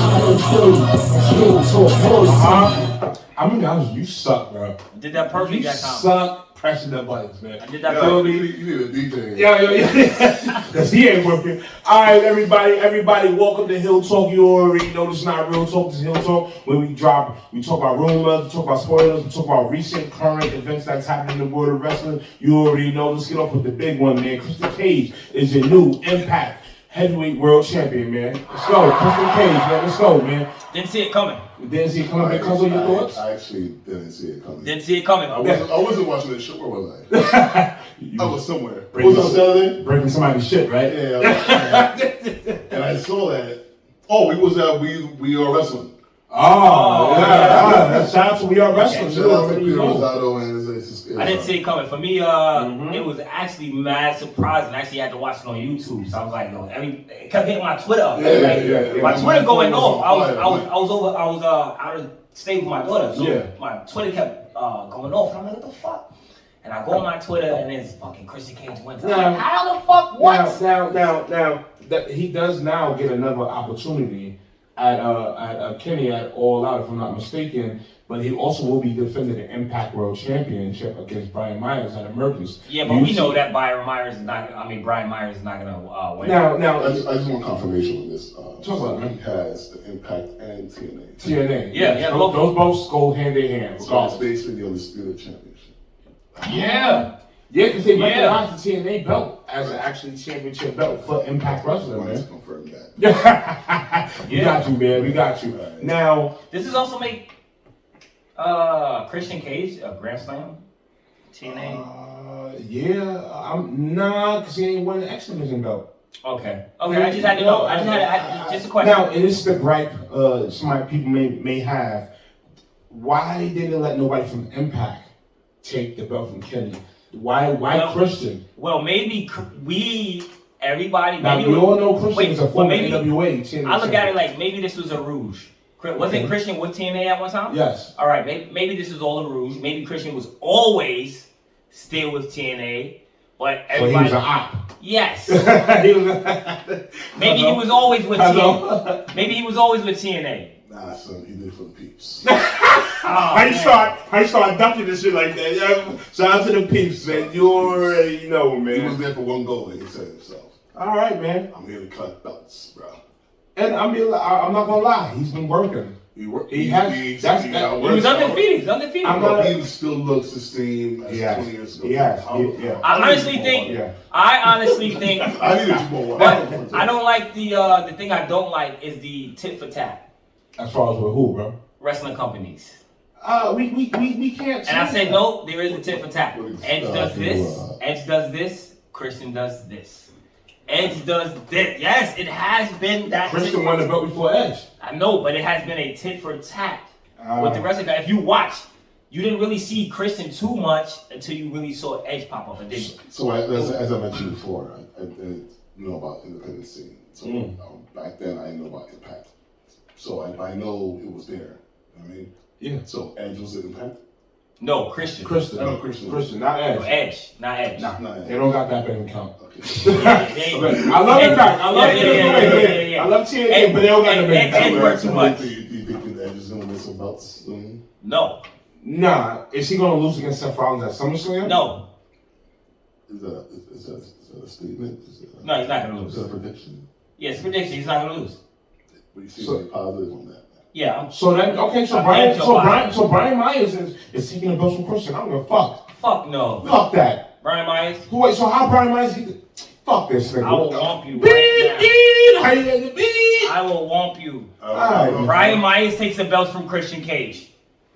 Uh-huh. I'm gonna be honest, you suck, bro. Did that You perfect that time. suck pressing the buttons, man. I did Yeah, that you, perfect. need, you need a DJ. Yo, yo, yo. Cause he ain't working. All right, everybody, everybody, welcome to Hill Talk. You already know this is not real talk. This is Hill Talk where we drop, we talk about rumors, we talk about spoilers, we talk about recent current events that's happening in the world of wrestling. You already know. Let's get off with the big one, man. Christian Cage is your new Impact Heavyweight World Champion, man. Let's go, Christian Cage, man. Let's go, man. Didn't see it coming. Didn't see it coming I- because of your I- thoughts. I actually didn't see it coming. Didn't see it I, coming. wasn't, I wasn't watching the show, where was I? You I was somewhere. Bring was it on up. Saturday? breaking somebody's shit, right? Yeah. I was- and I saw that. Oh, we was at We We Are Wrestling. Oh, yeah. Shout out to We Are Wrestling. Shout You out to already Peter know. Oh. Rosado and his- his- his- I didn't see it coming. For me, uh, Mm-hmm. Mhm. it was actually mad surprising. I actually had to watch it on YouTube. So I was like, yo, every it kept hitting my Twitter. up. Yeah, yeah, Like, yeah, yeah. My My- Twitter my going phone was off. on I was, fire, I was, man. I was over. I was uh, out of state with my daughter. So Yeah. my Twitter kept uh, going off. And I'm like, what the fuck? And I go on my Twitter and it's fucking Christian Cage went. I'm No. like, how the fuck? What? Now, now, now, now that he does now get another opportunity at uh, at uh, Kenny at All Out, if I'm not mistaken. But he also will be defending the Impact World Championship against Brian Myers at Emergence. Yeah, but we know that Byron Myers is not. I mean, Brian Myers is not gonna uh, win. Now, I now just, I just want confirmation on this. Uh, Talk about it. he has the impact and TNA. TNA. Yeah, yeah, those, both. those both go hand in hand. So it's regardless. basically the Undisputed Championship. Yeah. Yeah, because they Yeah. recognize the TNA belt as an actually championship belt for Impact I Wrestling, wanted to man. confirm that. we got you, man. We got you. Now, This is also make uh, Christian Cage a Grand Slam TNA. uh, yeah, I'm nah, because he ain't won the X Division belt. Okay. Okay. I just had to know. I just had, I had just a question. Now, and this is the gripe uh, some of my people may, may have. Why didn't let nobody from Impact take the belt from Kenny? Why why Well, Christian? well, maybe cr- we everybody. Now Maybe we all know Christian wait, is a but former maybe- NWA champion. I look at it like maybe this was a rouge. Cri- Wasn't Okay. Christian with TNA at one time? yes. All right. Maybe, maybe this is all a rouge. Maybe Christian was always still with TNA, but So he everybody. was an op. yes. he was a, Uh-huh. Maybe he was always with TNA. Hello. Maybe he was always with TNA. Nah, son, he did it for the peeps. Oh, How you man. start? How you start ducking this shit like that? Yeah. Shout out to the peeps, man. You already know, he was man. there for one goal, and he said himself, All right, man. "I'm here to cut belts, bro." And I mean, I- I'm not gonna lie. He's been working. He worked. He has- that's- that- got he He worse. was undefeated. He was undefeated. I'm But not- he still looks the same as Yeah. 20 years ago. Yeah. How- Yeah. I honestly think. Yeah. I honestly think. I needed two more. But I don't like the uh, the thing I don't like is the tit for tat As far as with who, bro? wrestling companies. Uh, we we we, we can't. And I say say no, there is a tit for tat. Edge does this. Edge does this. Christian does this. Edge does this. Yes, it has been that. tit- Christian won the belt before Edge. I know, but it has been a tit for tat with the Uh, wrestling. guy. If you watch, you didn't really see Christian too much until you really saw Edge pop up. And then So I, as, as I mentioned before, I, I didn't know about independent scene. So Mm. um, back then, I didn't know about impact. So I, I know it was there. I mean, yeah. so Edge was an impact. no, Christian. Christian. No, Christian. Christian, not Edge. No, Edge, not Edge. Nah, Not Edge. they don't got that bank account. Okay. I love it back. I love Yeah, it. yeah, yeah, yeah, yeah, yeah. I love TNA, Ed- but they don't got the Ed- bank Ed- account. Edge worked too much. Do you, do you think that Edge is going to win some belts soon? No, Nah, is he gonna lose against Seth Rollins at SummerSlam? no, Is that a, is that, is that a statement? Is that a, no, he's not gonna Is lose. that a prediction? Yes, prediction. He's not gonna lose. We see So- so, uh, positive on that. Yeah, I'm So then, okay, so I Brian, think so, so Brian. Brian, so Brian Myers is, is taking the belt from Christian. I don't give a fuck. fuck no. Fuck that. Brian Myers. Who? Wait, so how Brian Myers? Get the, Fuck this I will nigga. womp you Beep, right beep, how you nigga beep? now. I will womp you. All right. Brian Myers takes the belts from Christian Cage.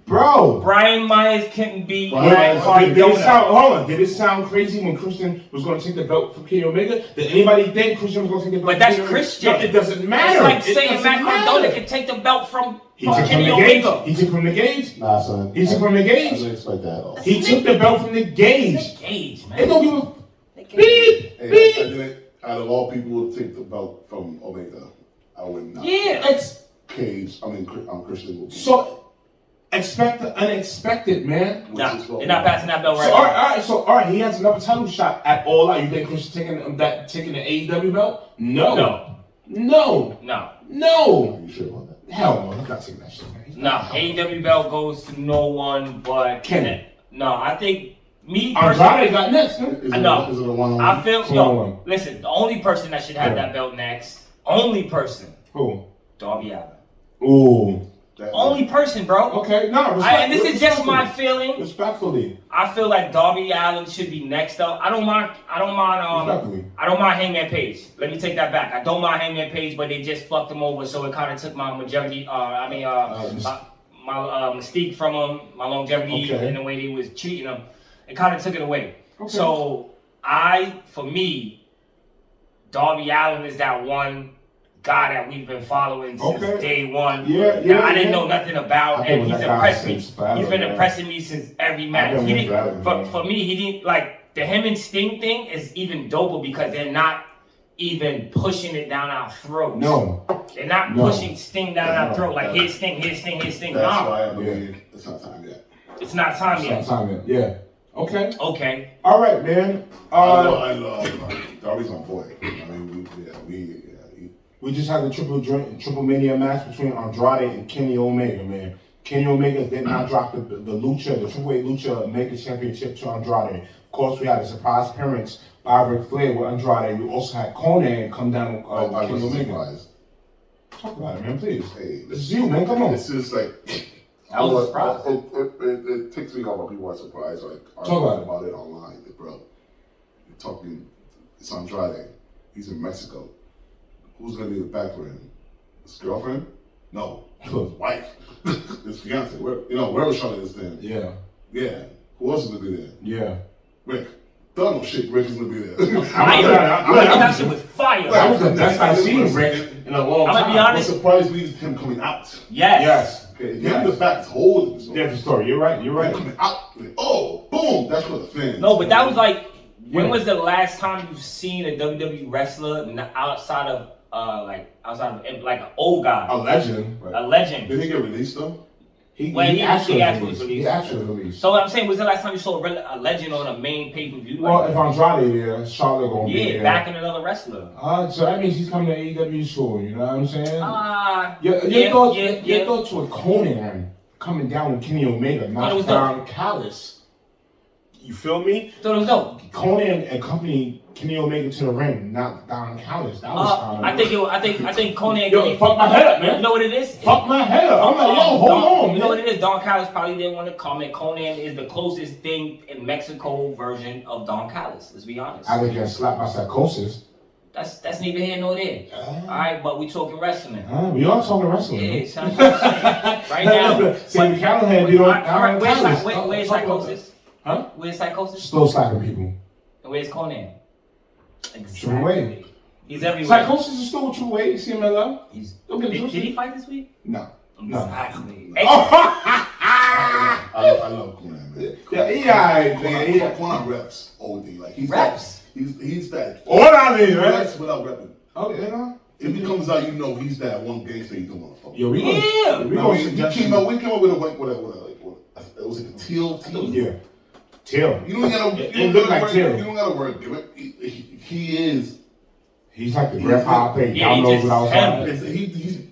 Bro. Brian Myers couldn't beat Brian Matt Myers Like, Cardona. couldn't did it sound, hold on, did it sound crazy when Christian was going to take the belt from Kenny Omega? Did anybody think Christian was going to take the belt? But that's from Kenny Omega? Christian. No, it doesn't matter. It's like It saying doesn't Matt Cardona matter. can take the belt from He took from Kenny the gauge. Omega. He took from the gauge. Nah, son. He took from the I didn't gauge. expect that at all. He took the belt from the gauge. Cage, They man. don't give a beep, Hey, beep. I did it. Out of all people who take the belt from Omega, I would not. Yeah. It's Cage. I mean, Chri- I'm Christian. Would be, so expect the unexpected, man. which Nah, is what- they're not passing that belt So all right, right all right, so all right, he has another title shot at all out. You think Christian taking that taking the AEW belt? No, No. no, now. no. Are you sure about that? Hell no, he's not taking that shit. man. He's No, no. AEW E belt goes to no one but Kenny. No, I think me I'm personally. glad they got next. man. Is I it, know. Is it a one on I one? feel Come no. on. Listen, the only person that should have that belt next, only person, Who? Darby Allin. Ooh. That- Only person, bro. Okay. No. I, respect- and this is just my feeling. Respectfully. I feel like Darby Allen should be next up. I don't mind. I don't mind. Exactly. Um, I don't mind Hangman Page. Let me take that back. I don't mind Hangman Page, but they just fucked him over, so it kind of took my majority. Uh, I mean, uh, mis- my, my uh, mystique from him, my longevity, Okay. and the way they was treating him, it kind of took it away. Okay. So I, for me, Darby Allen is that one guy that we've been following since Okay. day one. Yeah, that yeah, I didn't yeah. know nothing I've about, been and with he's that guy impressed me. since forever, He's been man. impressing me since every I've match. been He with didn't, forever, for, man. for me, he didn't like the him and Sting thing is even doper because they're not even pushing it down our throats. No. they're not No. pushing Sting down our No. throat like here's Sting, here's Sting, here's Sting. That's No, why I believe it's not time yet. it's not time Yeah. yet. Simon. Yeah. Okay. Okay, All right, man. I Uh, love, I love uh, Darby's on point. I mean, we, yeah, we, yeah, he, we just had the triple dr- triple mania match between Andrade and Kenny Omega, man. Kenny Omega did not drop the, the Lucha, the Triple A Lucha Omega Championship to Andrade. Of course, we had a surprise appearance by Ric Flair with Andrade. We also had Conan come down with I, uh, I Kenny was Omega. surprised. Talk about it, man, please. Hey, This is you, man. Come on. It's just like That was a I- surprise. It, it, it, it takes me off when people are surprised. Like I Talk about talk about it online, like, bro. You're talking. It's Andrade. He's in Mexico. Who's gonna be the back for him? His girlfriend? No, his wife. his fiance. Where, you know, wherever Charlotte is then. Yeah. Yeah. Who else is gonna be there? Yeah. Rick. Donald shit. Rick is gonna be there. fire. I'm- I'm- That I'm- shit was fire. That was the best I've seen Rick in a long I'm time. gonna be What honest. surprised me is him coming out. Yes. Yes. Okay, him Yes. the back is holding. his own. Different story. You're right. You're Right right. coming out. like, oh, boom. That's what the fans. No, but that was like, when Yeah. was the last time you've seen a WWE wrestler n- outside of uh like outside of like an old A guy, legend. a Did legend? he get released though? He, Well, he- he actually actually released. released. He actually released. So I'm saying, was the last time you saw a, rel- a legend on a main pay per view? Well, if Andrade there, Charlotte gonna yeah, be there. back in another wrestler. Uh, so that means he's coming to AEW show. You know what I'm saying? Ah, your your yeah, thoughts, yeah, your yeah. thoughts with Conan coming down with Kenny Omega, it knocks was down Callis. You feel me? so it was dope. Conan accompanied Kenny Omega to the ring, knocked down Callis. That was Uh, kind of. I think it, was- I think I think Conan. Yo, fuck my head up, man. You know what it is? Fuck my head up. I'm like, yo, Um, hold Don- on, You know what man. it is? Don Callis probably didn't want to comment. Conan is the closest thing in Mexico version of Don Callis. Let's be honest. I would get slapped by psychosis. That's that's neither here nor there. All Uh-huh. right, but we talking wrestling. Huh? we are talking wrestling. Yeah, man. sounds like what I'm saying. right now. See, the Callahan, you know, all right, all right, where's, Callahan Psy- where, Thomas. where's Talk about psychosis? Huh? Where's psychosis? Slow slapping people. And where's Conan? Triple Exactly. A. He's everywhere. Psychosis is still two way, CMLL. He's, Don't get did, did twisted. he fight this week? No. Oh. Exactly. I love, I love Conan, man. Yeah, he alright, man. Conan, He Conan, Conan reps all day. Like he's Reps? That, he's he's that. All I mean, He right? reps without repping. Oh, you know? If he comes out, you know he's that one gangster you don't want to fuck. Yo, we Yeah. gonna- We we, gonna we, suggest came you. out, we came up with a white with a with a like what, it was like a teal teal. Yeah. Till. You don't gotta. It- you it don't look gotta like worry- teal. You don't gotta worry. Give it. He, he, he is. He's like the He's grandpa I like- paid. Yeah, Y'all he know just what I was him. talking It's, he, he,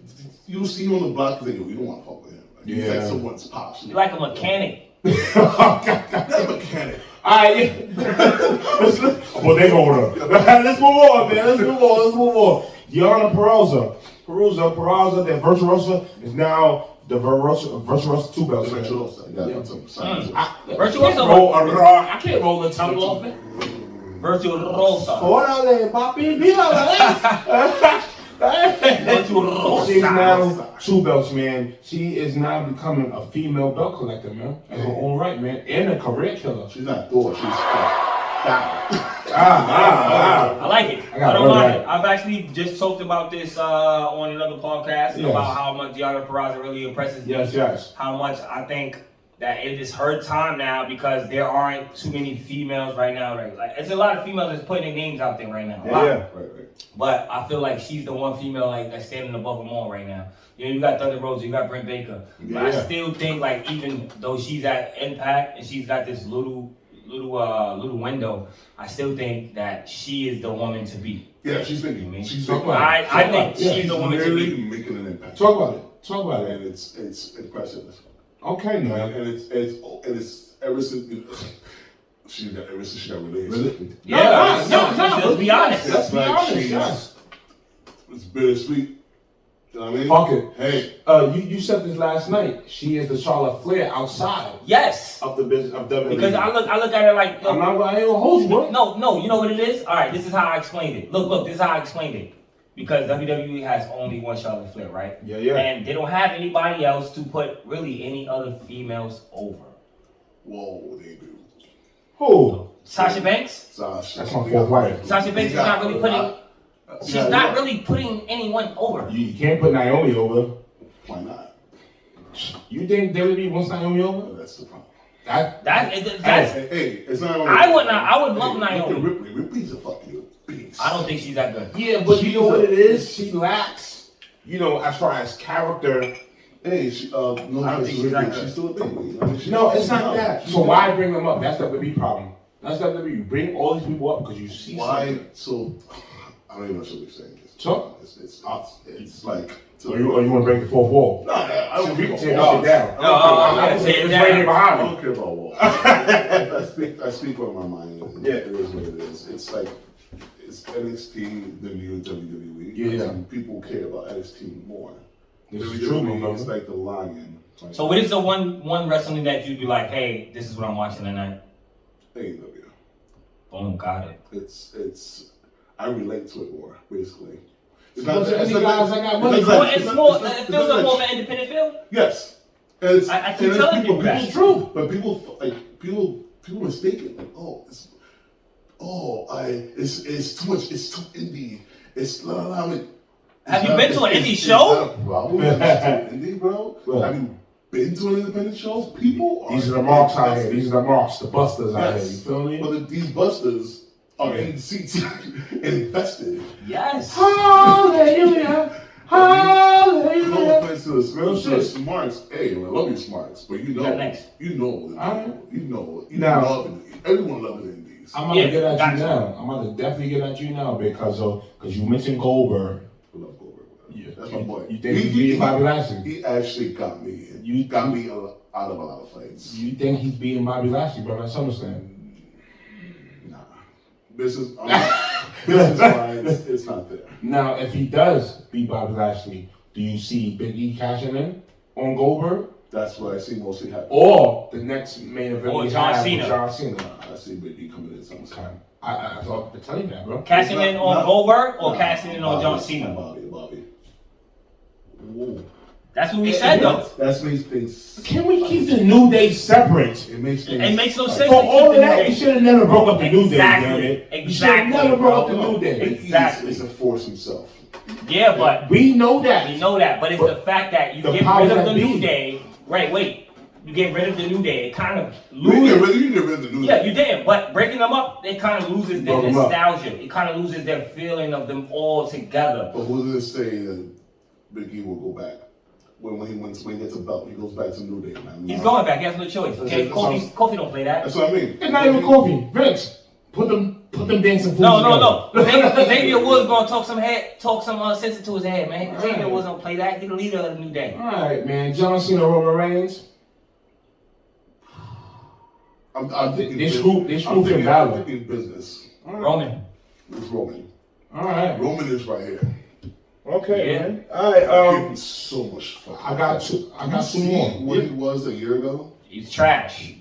you see him on the block. He's like, yo, you don't want to fuck with him. Like, he's Yeah. like someone's pops. He's like a mechanic. about. That mechanic. Alright, let's well they hold up. let's move on, man. Let's move on. Let's move on. Yana Perosa, Perusa, Perosa, that Virtuosa is now the Virtuosa, Virtuosa two belt. champion. Mm. Virtuosa. Yeah, that's what I'm saying. I, I Virtuosa? can't roll a raw. I can't roll the tongue off, man. Virtuosa. Órale, papi, mira, ¿verdad? She's now two belts, man. She is now becoming a female belt collector, man. In her own right, man. And a career killer. She's not Thor. She's Ah, ah, ah. I like it. I I, got don't one mind right. it. I've actually just talked about this uh, on another podcast Yes. about how much Diana Peraza really impresses me. Yes, yes. How much I think that it is her time now because there aren't too many females right now. Right, like it's a lot of females that's putting their names out there right now. A lot. Right, right. But I feel like she's the one female like that's standing above them all right now. You know, you got Thunder Rosa, you got Brent Baker. But I Yeah. still think like even though she's at Impact and she's got this little little uh little window, I still think that she is the woman to beat. Yeah, she's making. mean? She's Talk making. about I, it. I think Yeah, she's the woman to really beat. making an impact. Talk about it. Talk about and it. it's it's impressive. Okay, And, man. and it's it's and it's ever since she got ever since she got released. Really? No, Yeah, no, no, no. let's be honest. Let's be like honest, she's- yes. It's bittersweet. You know what I mean? Fuck it. Hey, Uh, you, you said this last night. She is the Charlotte Flair outside Yes. of the business of WWE. Because I look I look at her like I'm not gonna I ain't gonna hold you, man. No, no, you know what it is? All right, this is how I explained it. Look, look, this is how I explained it. Because WWE has only one Charlotte Flair, right? Yeah, yeah. And they don't have anybody else to put really any other females over. whoa, they do. Who? Sasha Banks? Sasha. That's my fourth wife. Sasha Banks is not really putting. She's Yeah, not yeah. really putting anyone over. You, you can't put Naomi over. Why not? You think WWE wants Naomi over? Well, that's the problem. That That it- that's. Hey, hey, it's not. only- I would not- I would love hey, look at Naomi. Ripley. Ripley's a fucking beast. I don't think she's that good. yeah, but you know what it is? She lacks, you know, as far as character. Hey, she, uh, no, I don't think she's, she's Ripley. that she's still a thing. You know what I mean? She's- No, it's no, not that. she's So not. why bring them up? That's WWE problem. That's WWE. You bring all these people up because you see Why? something. So I don't even know what you're saying. It's, So? it's it's it's, it's like. So Or you, or you want to break the fourth wall? No, I I So don't we give a can tear fuck. that shit down. No, I don't give a- I I can don't tear give it a- It's right here I behind me. don't care about Wall. I speak. I speak what my mind. is. Yeah. it is what it is. It's like it's NXT the new WWE. Yeah. and people care about NXT more. This is WWE true, my brother. It's like the lion. Like, So what is the one one wrestling that you'd be like, hey, this is what I'm watching tonight? AEW. Boom, got it. It's it's. I relate to it more, basically. It's Those are it's the guys that got it's money. not- Well, it's it's not- more. it's not- It it's feels not like more like- of an independent feel. Yes. And it's, I- I keep and it's telling people, people that. It's true, but people like people people mistake it. Like, oh, it's oh, I it's it's too much. It's too indie. It's la la la. It- it's Have you not- been to an it's- indie it's show? not a problem. It's too indie, bro. Right. Have you been to an independent show? People are. These are the marks out here. These are the marks, the busters out here. You Yes. feel me? But the, these busters are in seats invested. Yes. Hallelujah. No Hallelujah. offense to the Real smells, shit. the smarts. Hey, I love you smarts, but you know, Yeah, thanks. you know, the Alright. people, you know, you Now- love it. Everyone loves the indies. I'm about Yeah, to get at gotcha. you now. I'm about to definitely get at you now because of because you mentioned Goldberg. I love Goldberg. Yeah. that's my boy. You think he beat Bobby Lashley? He actually got me. You- You got me a lo- out of a lot of fights. You think he's beating Bobby Lashley, bro? At SummerSlam. nah, this is um, business wise, it's not there. Now, if he does beat Bobby Lashley, do you see Big E cashing in on Goldberg, That's what I see mostly happen. or the next main event Or we John have Cena. with John Cena? I see Big E coming in sometime. Okay. I, I, I thought I tell you that, bro. Cashing in on Not- Goldberg or Nah, cashing in on Bobby, John Cena? Bobby, Bobby. Ooh. That's what we said though. That's makes things. Can we keep the New Day separate? It makes things. It makes no For sense. to keep all of the that, name. you should have never broke up the New Day. damn Exactly. it. You should have Exactly, never broke up the bro. New Day. Big E's Exactly. is a force himself. Yeah, but We know that. we know that. But it's the fact that you The get power rid that of the be. New Day. Right, wait. You get rid of the New Day. It kind of You can get loses. rid you can get rid of the new. Yeah, you did. But breaking them up, it kind of loses their Broke 'em up. nostalgia. It kind of loses their feeling of them all together. But who's gonna say that Big E will go back when when he wins when he gets a belt? He goes back to New Day, man. He's Nah. going back. He has no choice. Okay, That's- Kofi, that's- Kofi don't play that. That's what I mean. It's not even Kofi. Vince, put them, put them dancing fools. No, no, together. no. Xavier Xavier Woods gonna talk some head, talk some uh, sense into his head, man. Xavier Woods don't play that. He the leader of the New Day. All right, man. John Cena, Roman Reigns. I'm, I'm thinking. They bus- screw- they I'm screw thinking- Finn Balor. I'm thinking business. Roman. It's Roman. All right. Roman is right here. Okay, Yeah. man. All right. Give Um, him so much. fucking I got credit. two. I got You two see more. What he was a year ago. He's trash.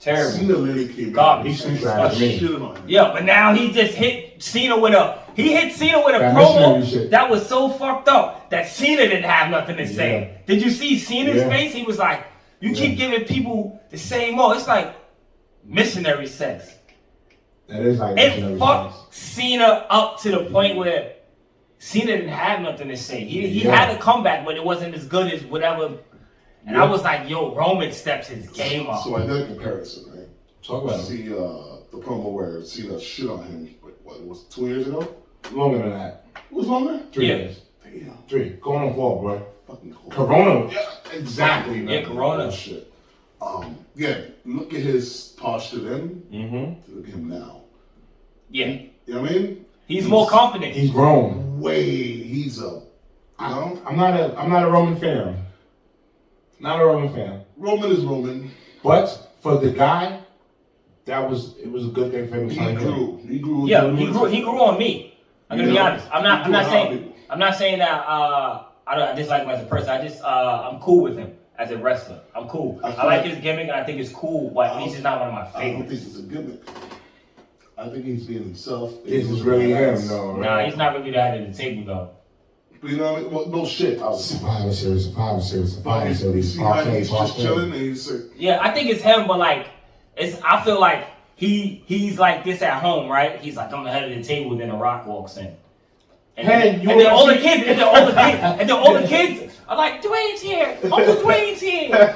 Terrible. Cena literally came Garbage. out and He's trash. started shitting on him. Yeah, but now he just hit Cena with a he hit Cena with a That missionary promo shit. that was so fucked up that Cena didn't have nothing to say. Did you see Cena's Yeah. face? He was like, "You keep giving people the same mo." It's like missionary sex. That is like It missionary sex. fucked Cena up to the point where Cena didn't have nothing to say. He he Yeah. had a comeback, but it wasn't as good as whatever. And I Yeah. was like, "Yo, Roman steps his game up." So I did a comparison, right? Talk I about it. see uh, the promo where Cena shit on him, like, what, it was two years ago? Longer than that. It was longer? Three Yeah. years. Damn, Three. Going on four, bro. fucking cold. Corona. Yeah, exactly. Yeah, man. Corona. Oh, Shit. Um, yeah, look at his posture then, Mm-hmm. look at him now. Yeah, You know what I mean? he's more confident. He's grown. Way, he's a, you know? I'm not a I'm not a Roman fan. Not a Roman fan. Roman is Roman. But for the guy, that was it was a good thing for him to He sign him. grew. He grew. Yeah, he grew. He grew on me. I'm gonna be Yeah. honest. I'm not. I'm not He grew on saying. me. I'm not saying that. Uh, I don't. I dislike him as a person. I just. Uh, I'm cool with him as a wrestler. I'm cool. I I, feel like like- his gimmick, and I think it's cool. But he's just not one of my I don't favorites. think it's a gimmick. I think he's being himself. This is really him, though. Nah, he's not really that at the table though. But you know what I mean? Well, no shit. Oh, I was Survivor Series, Survivor Series, But Survivor you Series. see how Park K, he's Park just chilling K. and he's like, Yeah, I think it's him, but like, it's. I feel like he he's like this at home, right? He's like I'm the head of the table. Then the Rock walks in. And, Hey, then, you and then wanna all the see- kids, and then all the kids, and then all the kids are like, Dwayne's here, Uncle Dwayne's here.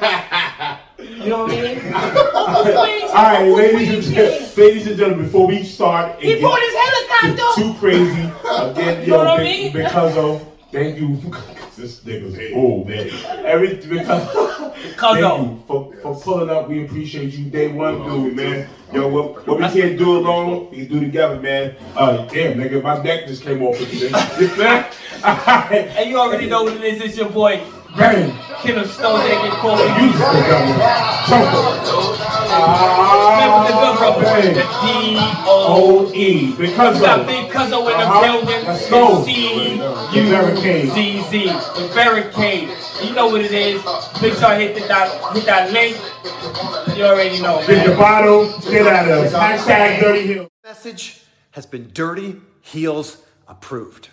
You know what I mean? Uncle Dwayne's here. Alright, Uncle ladies and Dwayne's here. gentlemen, ladies and gentlemen, before we start and He get bought his helicopter. too crazy again, You know yo, what I big, mean? big Cuzzo, thank you for this nigga's old man. Every because Cuzzo. thank you for, for pulling up. We appreciate you, day one, Oh, dude, me too. man. Yo, what, what we can't do alone, we can do together, man. Uh, damn, nigga, my neck just came off. of this. Get back. Alright, And you already know what it is. It's your boy bang. Kendall Stone, taking Corbin. You just put that one. Jump it. Remember the good Ah, brothers, the bang. D.O. O E because of We got Big Cuzzo in the Uh-huh. building. Let's go. C The barricade. ZZ, the barricade. You know what it is. Make sure hit the dot, hit that link. You already know, Get man. your bottle, get out of. Hashtag Dirty Hill. message has been dirty heels approved.